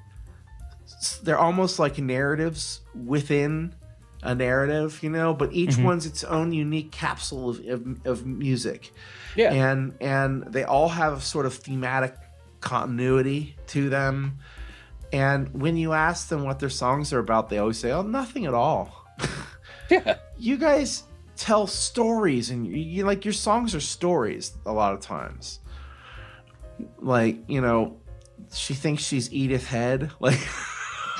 S- they're almost like narratives within a narrative you know but each Mhm. one's its own unique capsule of, of, of music yeah. and and they all have sort of thematic continuity to them and when you ask them what their songs are about they always say oh nothing at all Yeah. you guys tell stories and you, you like your songs are stories a lot of times like you know she thinks she's edith head like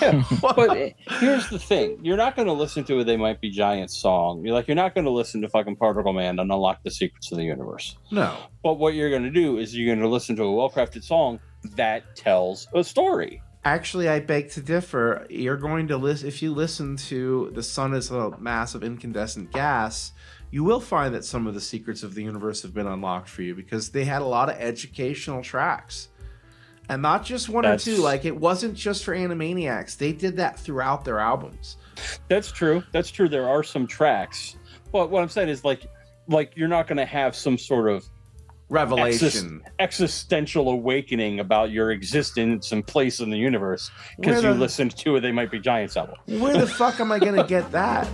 Yeah, what? but eh, here's the thing: you're not going to listen to a "They Might Be Giants" song. You're like, you're not going to listen to fucking Particle Man and unlock the secrets of the universe. no But what you're going to do is you're going to listen to a well-crafted song that tells a story. Actually, I beg to differ. You're going to listen if you listen to "The Sun is a Mass of Incandescent Gas." You will find that some of the secrets of the universe have been unlocked for you because they had a lot of educational tracks, and not just one That's- or two. Like it wasn't just for Animaniacs; they did that throughout their albums. That's true. That's true. There are some tracks, but what I'm saying is like, like you're not going to have some sort of Revelation. existential awakening about your existence and place in the universe Where because you the- listened to a They Might Be Giants album. Where the fuck am I gonna get that?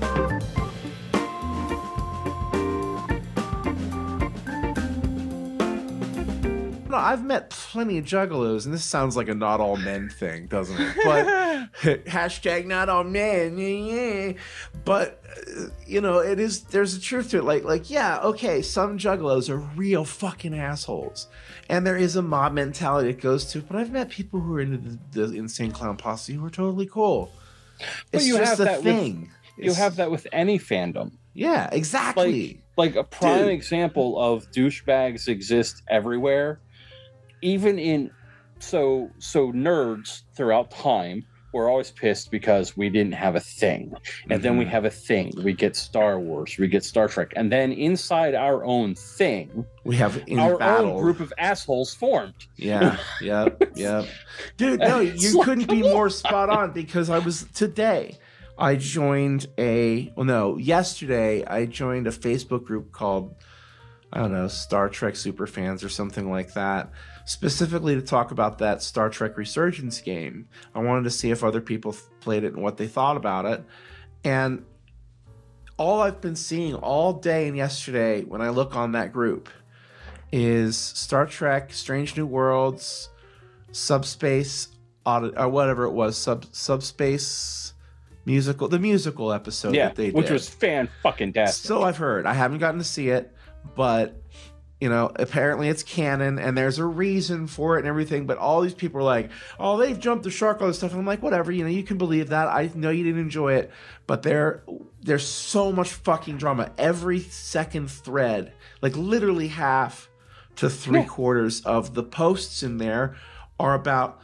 No, I've met plenty of juggalos, and this sounds like a not all men thing, doesn't it? But hashtag not all men. yeah, yeah. But uh, you know, it is. There's a truth to it. Like, like, yeah, okay. Some juggalos are real fucking assholes, and there is a mob mentality it goes to. But I've met people who are into the, the insane clown posse who are totally cool. But It's you just have a that with- thing. You It's- have that with any fandom. Yeah, exactly. Like a prime Dude. example of douchebags exist everywhere, even in so so nerds throughout time. were always pissed because we didn't have a thing. And then we Mm-hmm. have a thing. We get Star Wars, we get Star Trek. And then inside our own thing, we have in our battle. own group of assholes formed. Yeah, yeah, yeah. Dude, no, It's you like, couldn't be more spot on because I was today. I joined a well, no, yesterday I joined a Facebook group called I don't know Star Trek Superfans or something like that, specifically to talk about that Star Trek Resurgence game. I wanted to see if other people th- played it and what they thought about it, and all I've been seeing all day and yesterday when I look on that group is Star Trek: Strange New Worlds, Subspace Audit, or whatever it was, sub Subspace musical, the musical episode yeah, that they which did. was fan fucking tastic. So I've heard. I haven't gotten to see it, but you know, apparently it's canon and there's a reason for it and everything. But all these people are like, "Oh, they've jumped the shark on this stuff," and I'm like, "Whatever, you know, you can believe that. I know you didn't enjoy it, but there, there's so much fucking drama. Every second thread, like literally half to three Yeah. quarters of the posts in there, are about."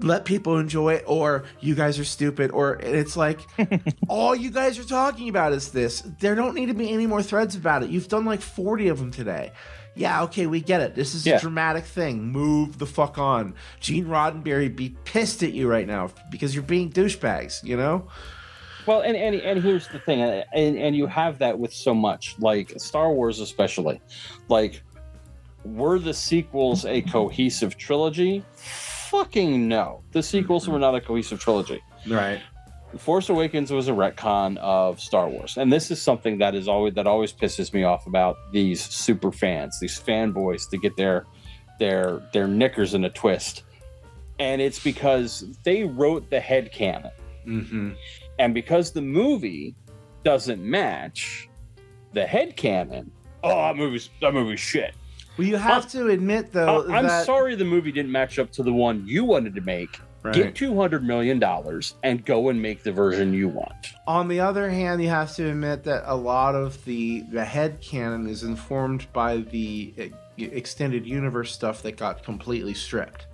Let people enjoy it, or you guys are stupid, or and it's like all you guys are talking about is this. There don't need to be any more threads about it. You've done like 40 of them today. Yeah, okay, we get it. This is Yeah. a dramatic thing. Move the fuck on. Gene Roddenberry be pissed at you right now because you're being douchebags, you know? Well, and, and and here's the thing, and and you have that with so much, like Star Wars especially, like were the sequels a cohesive trilogy? Fucking no, the sequels were not a cohesive trilogy. Right. Force Awakens was a retcon of Star Wars, and this is something that is always that always pisses me off about these super fans, these fanboys to get their their their knickers in a twist, and it's because they wrote the head canon. Mm-hmm. And because the movie doesn't match the head canon, oh, that movie's that movie's shit. Well, you have to admit, though, I- Uh, I'm that. sorry the movie didn't match up to the one you wanted to make. Right. Get two hundred million dollars and go and make the version you want. On the other hand, you have to admit that a lot of the the head canon is informed by the e- extended universe stuff that got completely stripped.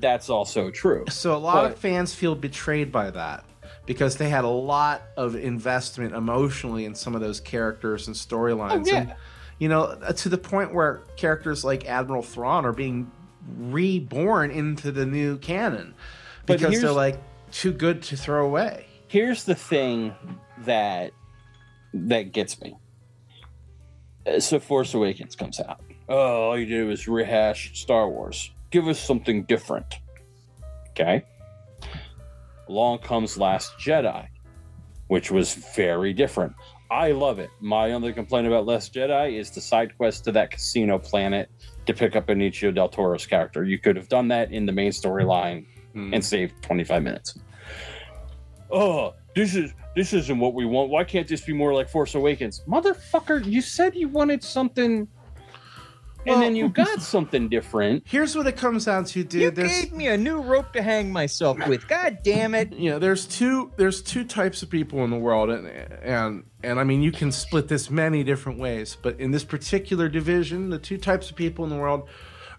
That's also true. So a lot But- of fans feel betrayed by that because they had a lot of investment emotionally in some of those characters and storylines. Oh, yeah. And you know, uh, to the point where characters like Admiral Thrawn are being reborn into the new canon But because they're here's- like too good to throw away. Here's the thing that that gets me. Uh, So Force Awakens comes out. Oh, all you did was rehash Star Wars. Give us something different. Okay. Along comes Last Jedi, which was very different. I love it. My only complaint about Last Jedi is the side quest to that casino planet to pick up Benicio del Toro's character. You could have done that in the main storyline and save 25 minutes. Oh, this is this isn't what we want. Why can't this be more like Force Awakens? Motherfucker, you said you wanted something Well- and then you got something different. Here's what it comes down to, dude. you There's- gave me a new rope to hang myself with. God damn it! you know there's two there's two types of people in the world and and and i mean you can split this many different ways but in this particular division the two types of people in the world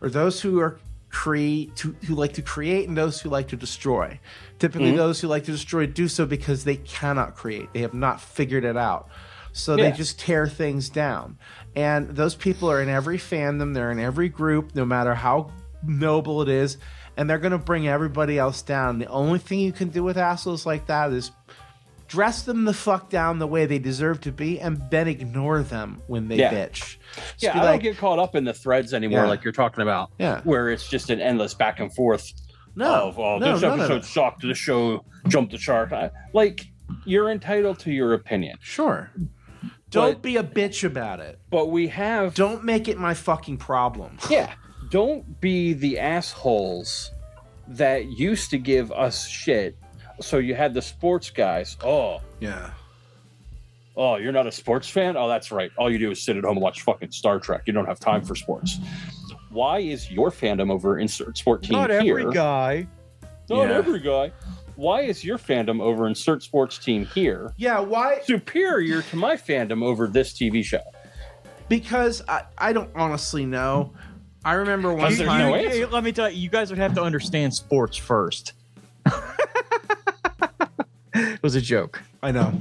are those who are create to, who like to create and those who like to destroy typically Mhm. those who like to destroy do so because they cannot create they have not figured it out so Yeah. they just tear things down and those people are in every fandom they're in every group no matter how noble it is and they're going to bring everybody else down. The only thing you can do with assholes like that is dress them the fuck down the way they deserve to be and then ignore them when they Yeah. bitch. Just yeah, be I like, don't get caught up in the threads anymore Yeah. like you're talking about. Yeah. Where it's just an endless back and forth no, of oh no, this no, no, episode no. sucked, this show jumped the shark. I- like you're entitled to your opinion. Sure. Don't But- be a bitch about it. But we have Don't make it my fucking problem. Yeah. Don't be the assholes that used to give us shit. So you had the sports guys. Oh, Yeah. oh, you're not a sports fan? Oh, that's right. All you do is sit at home and watch fucking Star Trek. You don't have time for sports. Why is your fandom over insert sport team Not here? every guy. Not Yeah. every guy. Why is your fandom over insert sports team here Yeah, why? superior to my fandom over this TV show? Because I, I don't honestly know. I remember one Because there's time. no You- answer. you- let me tell you, you guys would have to understand sports first. it was a joke. I know.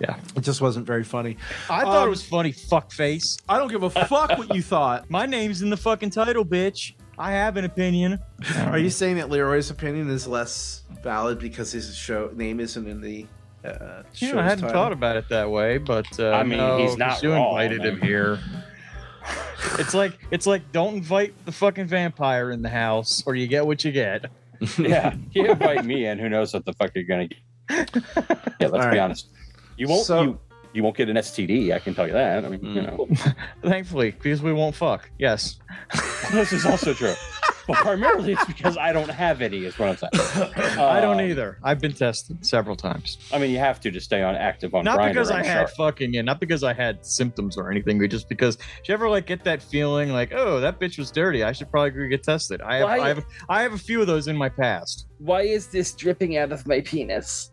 Yeah. It just wasn't very funny. I thought Um, it was funny, fuckface. I don't give a fuck what you thought. My name's in the fucking title, bitch. I have an opinion. Are you saying that Leroy's opinion is less valid because his show name isn't in the uh, Yeah, show's I hadn't title? thought about it that way, but uh, I mean, no, he's 'cause not You wrong, invited I him mean. here. it's like it's like don't invite the fucking vampire in the house, or you get what you get. yeah, you invite me in. Who knows what the fuck you're gonna get? Yeah, All let's be right. honest. You won't. So- you, you won't get an STD. I can tell you that. I mean, you Mm. know, Thankfully, because we won't fuck. Yes. this is also true. But primarily, it's because I don't have any. Is what I'm saying. I don't Um, either. I've been tested several times. I mean, you have to to stay on active on. Not Grindr, because I I'm had sure. fucking, yeah, not because I had symptoms or anything, but just because did you ever like get that feeling like, oh, that bitch was dirty. I should probably go get tested. I have, Why- I have, I have a few of those in my past. Why is this dripping out of my penis?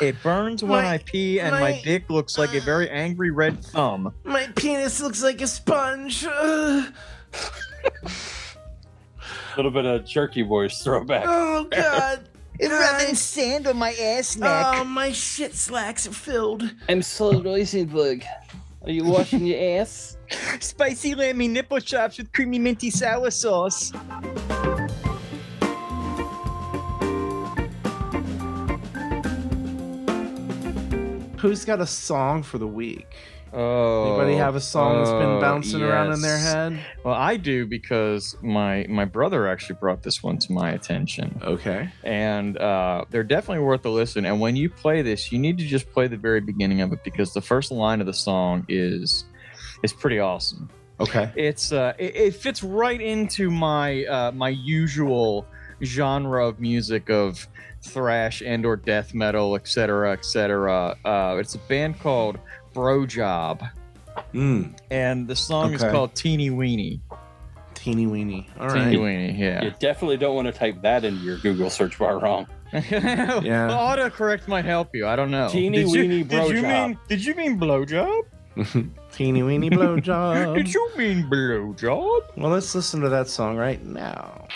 It burns when My- I pee, and my, my- dick looks like a uh, very angry red thumb. My penis looks like a sponge. Ugh. A little bit of Jerky Boys Uh, throwback. oh God. Oh, Rubbing sand on my ass neck. Um, my shit slacks are filled. I'm so Rosenberg. Are you washing your ass? Spicy lammy nipple chops with creamy minty sour sauce. Who's got a song for the week? Oh, Anybody have a song that's been oh, bouncing around in their yes. head? Well, I do because my my brother actually brought this one to my attention, Okay. and uh, they're definitely worth a listen. And when you play this, you need to just play the very beginning of it because the first line of the song is is pretty awesome. Okay. It's uh, it, it fits right into my uh, my usual genre of music of thrash and or death metal, etc., etc. Uh, it's a band called Bro Job, Hmm. Mm. and the song is Okay. called Teeny Weeny. Teeny weeny. All Teeny right. Weeny, yeah. You definitely don't want to type that into your Google search bar wrong. Yeah. The autocorrect might help you. I don't know. Teeny you, Weeny did Bro you Job. mean did you mean blowjob? Teeny weeny did blowjob. you mean blowjob? Well, let's listen to that song right now.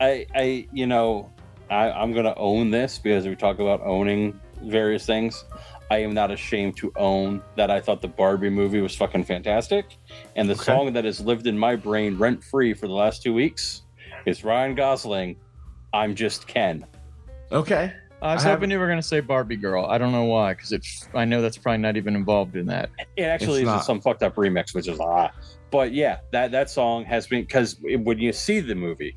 I, I, you know, I, I'm gonna own this because we talk about owning various things. I am not ashamed to own that I thought the Barbie movie was fucking fantastic, and the Okay. song that has lived in my brain rent free for the last two weeks is Ryan Gosling. I'm just Ken. Okay. I was I hoping you were gonna say Barbie girl. I don't know why, because it. I know that's probably not even involved in that. It actually It's is not. some fucked up remix, which is ah. But yeah, that that song has been because when you see the movie,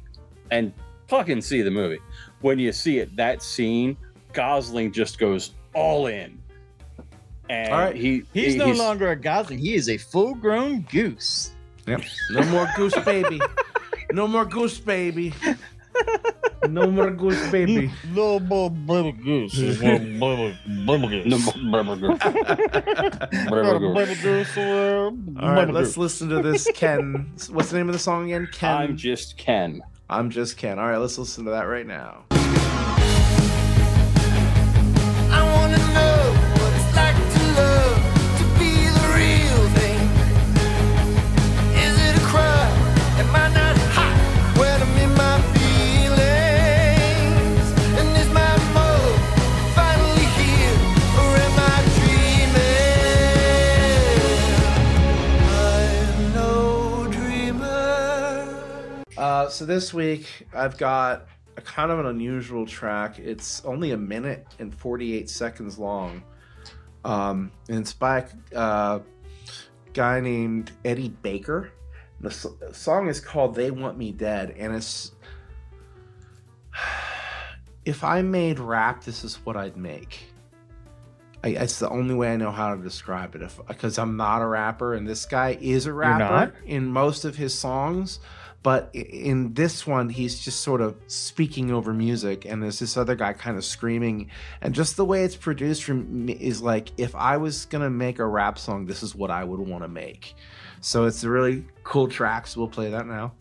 and fucking see the movie, when you see it, that scene, Gosling just goes all in, and All right. he He's he- no longer a gosling. He is a full-grown goose. No more goose baby. No more goose baby. No more goose baby. Little bu- little goose. is one little little goose. No more Burger Girl. Burger Little Girl. baby goose, little All right, baby let's goose. listen to this Ken. What's the name of the song again? Ken. I'm just Ken. I'm just Ken. All right, let's listen to that right now. I wanna know what it's like to love, to be the real thing. Is it a crime? Am I not hot when I'm in my feelings? And is my mode finally here, or am I dreaming? I'm no dreamer. Uh, so this week I've got a kind of an unusual track. It's only a minute and 48 seconds long. Um, and it's by a uh, guy named Eddie Baker. The s- song is called They Want Me Dead. And it's. If I made rap, this is what I'd make. I, it's the only way I know how to describe it. Because I'm not a rapper, and this guy is a rapper not? in most of his songs. But i- in this one, he's just sort of speaking over music, and there's this other guy kind of screaming. And just the way it's produced from me is like, if I was gonna make a rap song, this is what I would want to make. So it's a really cool track. So we'll play that now.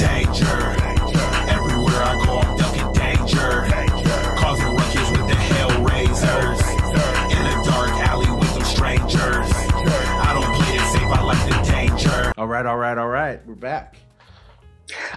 danger. Everywhere I go, I'm ducking danger. Causing ruckus with the hellraisers. In the dark alley with them strangers. I don't play it safe, I like the danger. All right, all right, all right. We're back.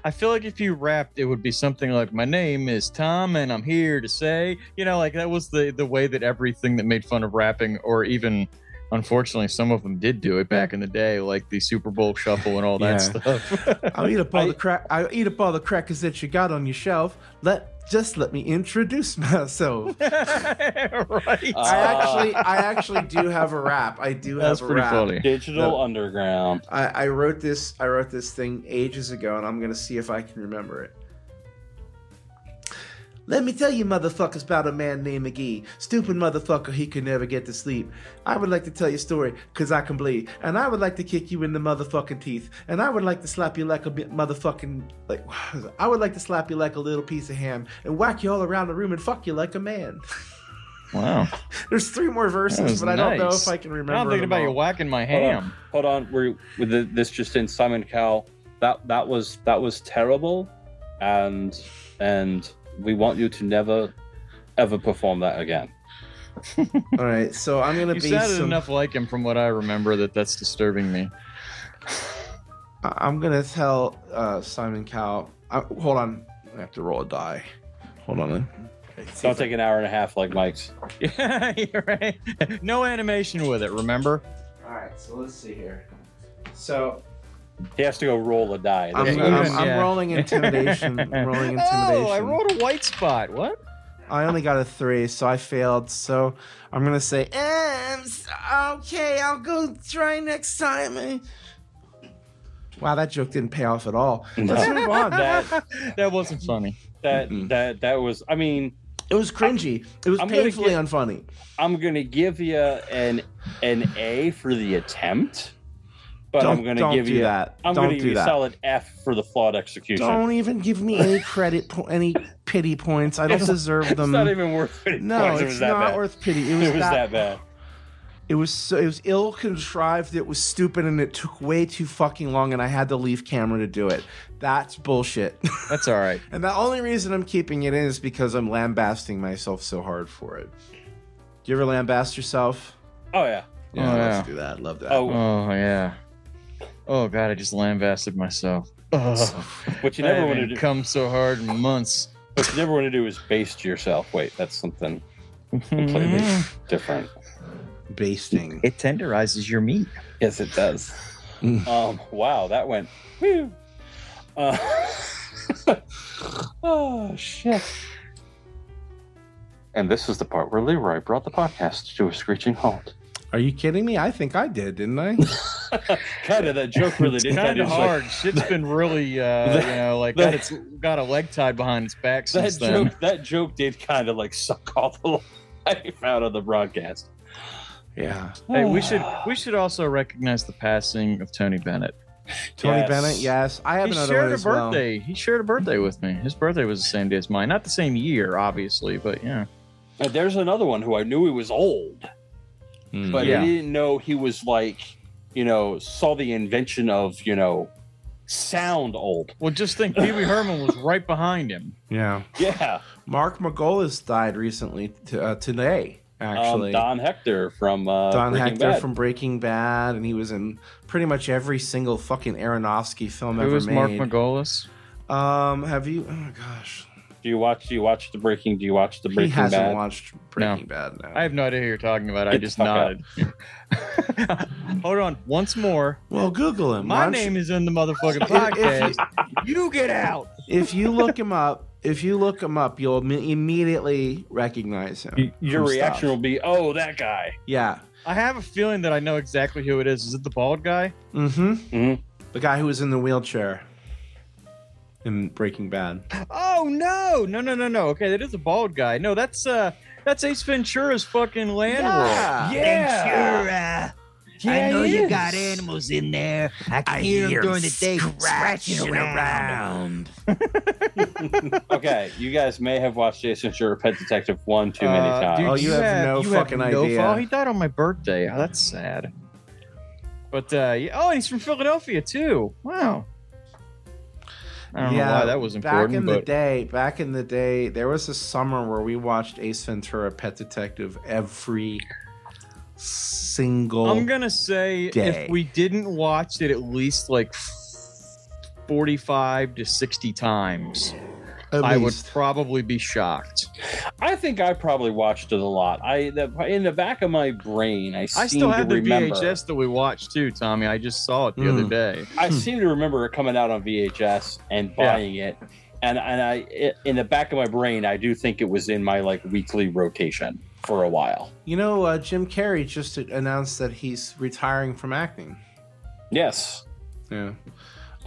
I feel like if you rapped, it would be something like, "My name is Tom, and I'm here to say," you know, like that was the the way that everything that made fun of rapping, or even, unfortunately, some of them did do it back in the day, like the Super Bowl shuffle and all that Yeah. stuff. I'll eat up all I- the crack. I'll eat up all the crackers that you got on your shelf. Let just let me introduce myself. right? I Uh, actually, I actually do have a rap. I do That's have a pretty rap. funny. Digital No. Underground. I, I wrote this. I wrote this thing ages ago, and I'm gonna see if I can remember it. Let me tell you, motherfuckers, about a man named McGee. Stupid motherfucker, he could never get to sleep. I would like to tell you a story, cause I can bleed. And I would like to kick you in the motherfucking teeth. And I would like to slap you like a bit motherfucking, like, I would like to slap you like a little piece of ham. And whack you all around the room and fuck you like a man. Wow. There's three more That verses, was but I don't know nice. if I can remember. Now I'm thinking them about you all. whacking my Hold ham. on. Hold on, we're with the, this just in Simon Cowell. That that was that was terrible, and and we want you to never ever perform that again. All right, so I'm gonna You be sounded some- enough like him from what I remember that that's disturbing me. I- I'm gonna tell uh, Simon Cowell. I, hold on, I have to roll a die. Hold on. Don't take an hour and a half like Mike's. Yeah, you're right. No animation with it, remember? All right, so let's see here. So He has to go roll a die. I'm, This Yeah, I'm, you I'm, didn't, yeah. rolling intimidation. I'm rolling intimidation. Oh, I rolled a white spot. What? I only got a three, so I failed. So I'm gonna say, um, s- okay, I'll go try next time. Wow, that joke didn't pay off at all. Let's No. move on. that That wasn't funny. that Mm-mm. that that was. I mean, It was cringy. It was I'm gonna painfully get- unfunny. I'm gonna give you an an A for the attempt, but don't I'm gonna don't give do you that. I'm don't gonna give do you a that. solid F for the flawed execution. Don't even give me any credit, po- any pity points. I don't It's- deserve it's them. not even worth it. no, Points. it it's was that not bad. worth pity. it It was was, that, that bad. It was so, it was ill contrived. It was stupid, and it took way too fucking long. And I had to leave camera to do it. That's bullshit. That's all right. and the only reason I'm keeping it in is because I'm lambasting myself so hard for it. Do you ever lambast yourself? Oh yeah. Yeah, Oh, I yeah. love to do that. Love that. Oh, Oh, yeah. Oh, God, I just lambasted myself. Oh, what you I never haven't want to do. come so hard in months. What you never want to do is baste yourself. Wait, that's something completely Mm-hmm. different. basting. It tenderizes your meat. Yes, it does. Mm. um, wow, that went. Whew. Uh, oh shit! And this is the part where Leroy brought the podcast to a screeching halt. Are you kidding me? I think I did, didn't I? kind of that joke really did Kind of it's like- hard. Shit's been really, uh, That- you know, like that- got, its, got a leg tied behind its back since that then. joke. That joke did kind of like suck all the life out of the broadcast. yeah. Hey, we should we should also recognize the passing of Tony Bennett. Tony Yes. Bennett. Yes, I have he another shared one a as well. birthday. He shared a birthday with me. His birthday was the same day as mine. Not the same year, obviously, but yeah. Uh, There's another one who I knew he was old, Mm. but Yeah. I didn't know he was like, you know, saw the invention of, you know, sound old. Well, just think, Pee Wee Herman was right behind him. Yeah. Yeah. Mark Margolis died recently t- uh, today, Um, actually. Don Hector from uh, Don Breaking Hector Bad. from Breaking Bad, and he was in pretty much every single fucking Aronofsky film It ever was Mark made. Margolis. um, have you? Oh gosh, Do you watch? Do you watch the Breaking? Do you watch the he Breaking hasn't Bad? watched Breaking Bad. Now. I have no idea who you're talking about. I Get just the fuck nodded. Hold on, once more. well, Google him. Why My don't name is in the motherfucking If- podcast. if you get out. you- If you look him up, if you look him up, you'll imme- immediately recognize him. Y- Your from reaction stuff. will be, "Oh, that guy." yeah. I have a feeling that I know exactly who it is. Is it the bald guy? Mm-hmm. Mhm. The guy who was in the wheelchair in Breaking Bad. Oh no, no, no, no, no. Okay, that is a bald guy. No, that's uh, that's Ace Ventura's fucking landlord. Ventura. I know you got animals in there. I can hear, hear 'em 'em during the day scratching around. okay, you guys may have watched Jason Sure Pet Detective one too many Uh, times. dude, Oh, you have no fucking idea. follow- He died on my birthday. Oh, that's sad. But uh, yeah. Oh, and he's from Philadelphia too. Wow. I don't know why that was important, Back in the but day, back in the day, there was a summer where we watched Ace Ventura: Pet Detective every single. I'm gonna say Day. if we didn't watch it at least like f- 45 to 60 times. At I would least. probably be shocked. I think I probably watched it a lot. I the, in the back of my brain, I, I seem still to have the remember. VHS that we watched too, Tommy. I just saw it the Hmm. other day. I seem to remember it coming out on VHS and Yeah. buying it, and and I it, in the back of my brain, I do think it was in my like weekly rotation for a while. You know, uh, Jim Carrey just announced that he's retiring from acting. Yes, Yeah.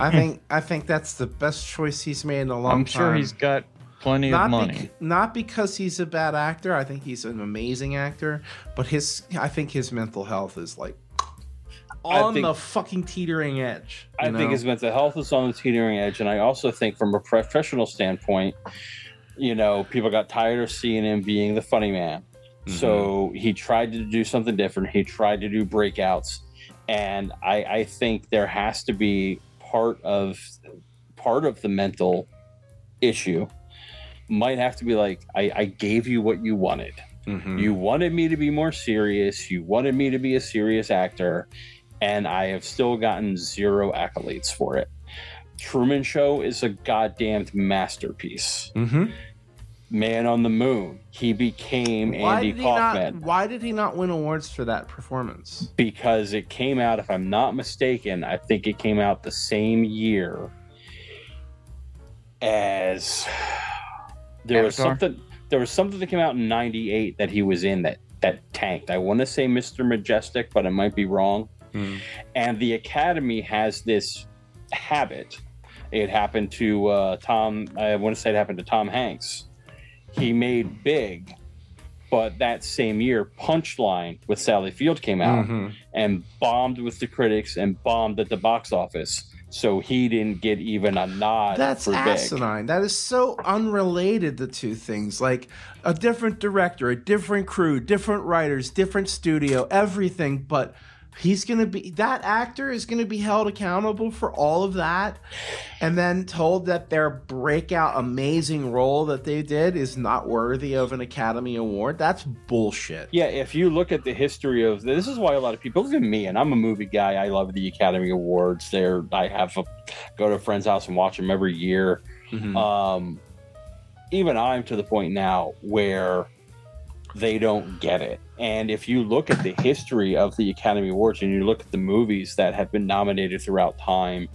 I think I think that's the best choice he's made in a long I'm time. sure he's got plenty not of money. bec- not because he's a bad actor. I think he's an amazing actor, but his I think his mental health is like I on think- the fucking teetering edge. I you know? think his mental health is on the teetering edge, and I also think from a professional standpoint, you know, people got tired of seeing him being the funny man. Mm-hmm. Mm-hmm. So he tried to do something different. He tried to do breakouts, and I, I think there has to be part of part of the mental issue might have to be like I, I gave you what you wanted. Mm-hmm. Mhm. You wanted me to be more serious. You wanted me to be a serious actor, and I have still gotten zero accolades for it. Truman Show is a goddamned masterpiece. Mhm. Man on the Moon. He became Why Andy did he Kaufman not? Why did he not win awards for that performance? because it came out, if I'm not mistaken, I think it came out the same year as there was Avatar? something there was something that came out in ninety eight that he was in that that tanked. I want to say Mr. Majestic, but I might be wrong. And the Academy has this habit. It happened to uh, Tom. I want to say it happened to Tom Hanks. He made big, but that same year, Punchline with Sally Field came out Mhm. and bombed with the critics and bombed at the box office. So he didn't get even a nod That's for Big. asinine. That is so unrelated. The two things, like a different director, a different crew, different writers, different studio, everything. But he's gonna be that actor is gonna be held accountable for all of that, and then told that their breakout, amazing role that they did is not worthy of an Academy Award. That's bullshit. Yeah, if you look at the history of this is why a lot of people, even me, and I'm a movie guy. I love the Academy Awards. There, I have a, go to a friend's house and watch them every year. Mhm. Um, even I'm to the point now where they don't get it. And if you look at the history of the Academy Awards and you look at the movies that have been nominated throughout time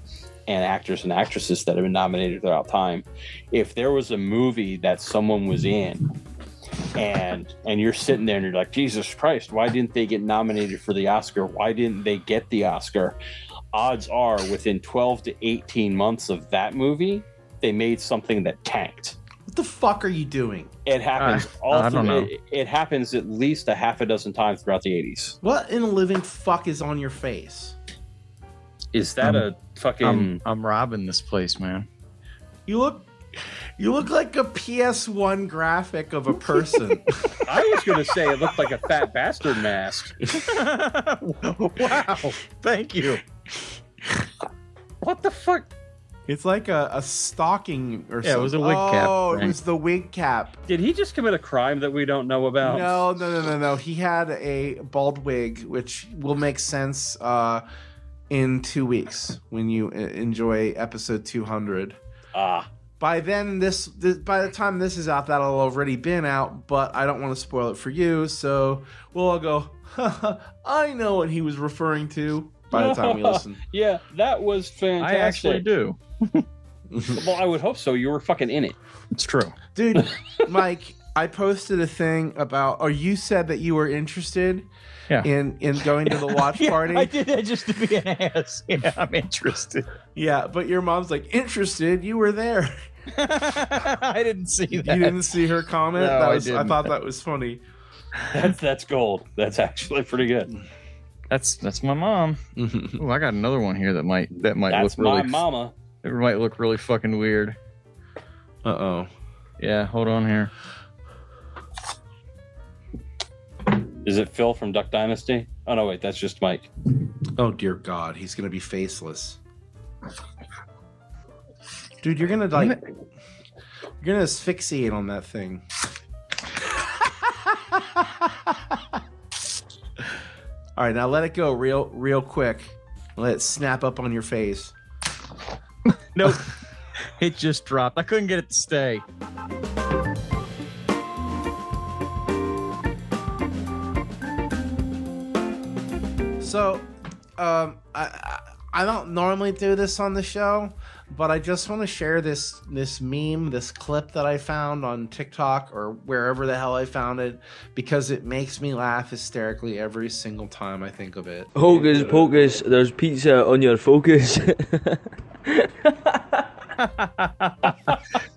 and actors and actresses that have been nominated throughout time, if there was a movie that someone was in and and you're sitting there and you're like, Jesus Christ, why didn't they get nominated for the Oscar? Why didn't they get the Oscar? Odds are within 12 to 18 months of that movie, they made something that tanked. What the fuck are you doing? It happens all Ah, I don't through, know. it, it happens at least a half a dozen times throughout the 80s. What in the living fuck is on your face? Is Um, that a fucking I'm, I'm robbing this place, man. You look, you look like a PS1 graphic of a person. I was going to say it looked like a fat bastard mask. wow. Thank you. What the fuck? It's like a, a stocking or something. Yeah, it was a wig oh, cap it thing. was the wig cap. Did he just commit a crime that we don't know about? No, no, no, no, no. He had a bald wig, which will make sense uh, in two weeks when you uh, enjoy episode 200. Ah, By then, this, this by the time this is out, that'll already been out. But I don't want to spoil it for you, so we'll all go. I know what he was referring to. By the time we listen, yeah, that was fantastic. I actually do. Well, I would hope so. You were fucking in it. It's true. dude, Mike, I posted a thing about, or you said that you were interested Yeah. in in going to the watch party. I did that just to be an ass. Yeah, I'm interested. Yeah, but your mom's like, interested, you were there. I didn't see You that. didn't see her comment? No, that I was I didn't. thought that was funny. That's that's gold. That's actually pretty good. That's that's my mom. Ooh, I got another one here that might that might That's look my really mama. it might look really fucking weird. Uh oh. Yeah, hold on here. Is it Phil from Duck Dynasty? Oh no, wait, that's just Mike. Oh dear God, he's gonna be faceless. Dude, you're gonna like you're gonna asphyxiate on that thing. All right, now let it go real real quick. Let it snap up on your face. Nope. it just dropped. I couldn't get it to stay. So, um, I I I don't normally do this on the show, but I just want to share this this meme, this clip that I found on TikTok or wherever the hell I found it, because it makes me laugh hysterically every single time I think of it. Hocus pocus, there's pizza on your focus.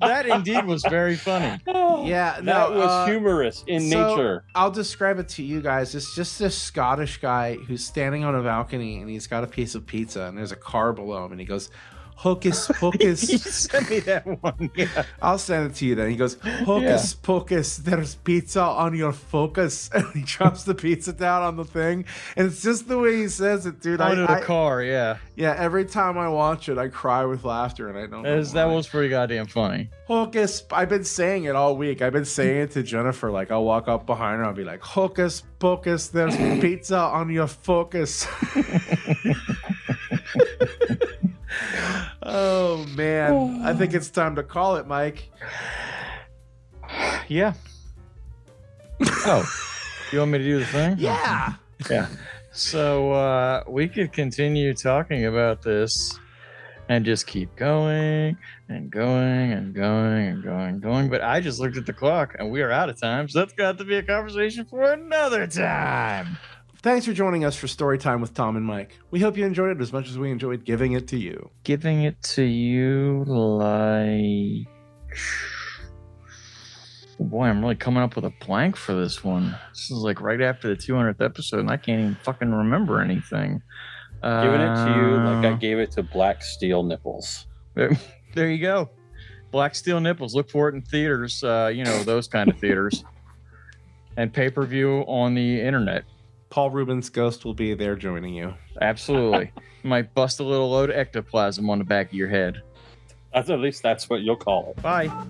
That indeed was very funny. Yeah, that no, was uh, humorous in so- nature. I'll describe it to you guys. It's just this Scottish guy who's standing on a balcony and he's got a piece of pizza and there's a car below him and he goes, Hocus He pocus. sent me that one. Yeah. I'll send it to you then. He goes, Hocus pocus, there's pizza on your focus. And he drops the pizza down on the thing. And it's just the way he says it, dude. I, Under the I- car, yeah. yeah, every time I watch it, I cry with laughter and I don't That was- know. that why. was pretty goddamn funny. Hocus. I've been saying it all week. I've been saying it to Jennifer. Like, I'll walk up behind her. I'll be like, Hocus pocus, there's pizza on your focus. oh, man. I think it's time to call it, Mike. Yeah. Oh, you want me to do the thing? Yeah. So uh, we could continue talking about this and just keep going and going and going and going and going. But I just looked at the clock and we are out of time. So that's got to be a conversation for another time. Thanks for joining us for story time with Tom and Mike. We hope you enjoyed it as much as we enjoyed giving it to you. Giving it to you like. Boy, I'm really coming up with a blank for this one. This is like right after the 200th episode, and I can't even fucking remember anything. Giving it to you like I Uh, gave it to Black Steel Nipples. There you go. Black Steel Nipples. Look for it in theaters, uh, you know, those kind of theaters. And pay per view on the internet. Paul Rubens' ghost will be there joining you. Absolutely. Might bust a little load of ectoplasm on the back of your head. That's at least that's what you'll call it. Bye.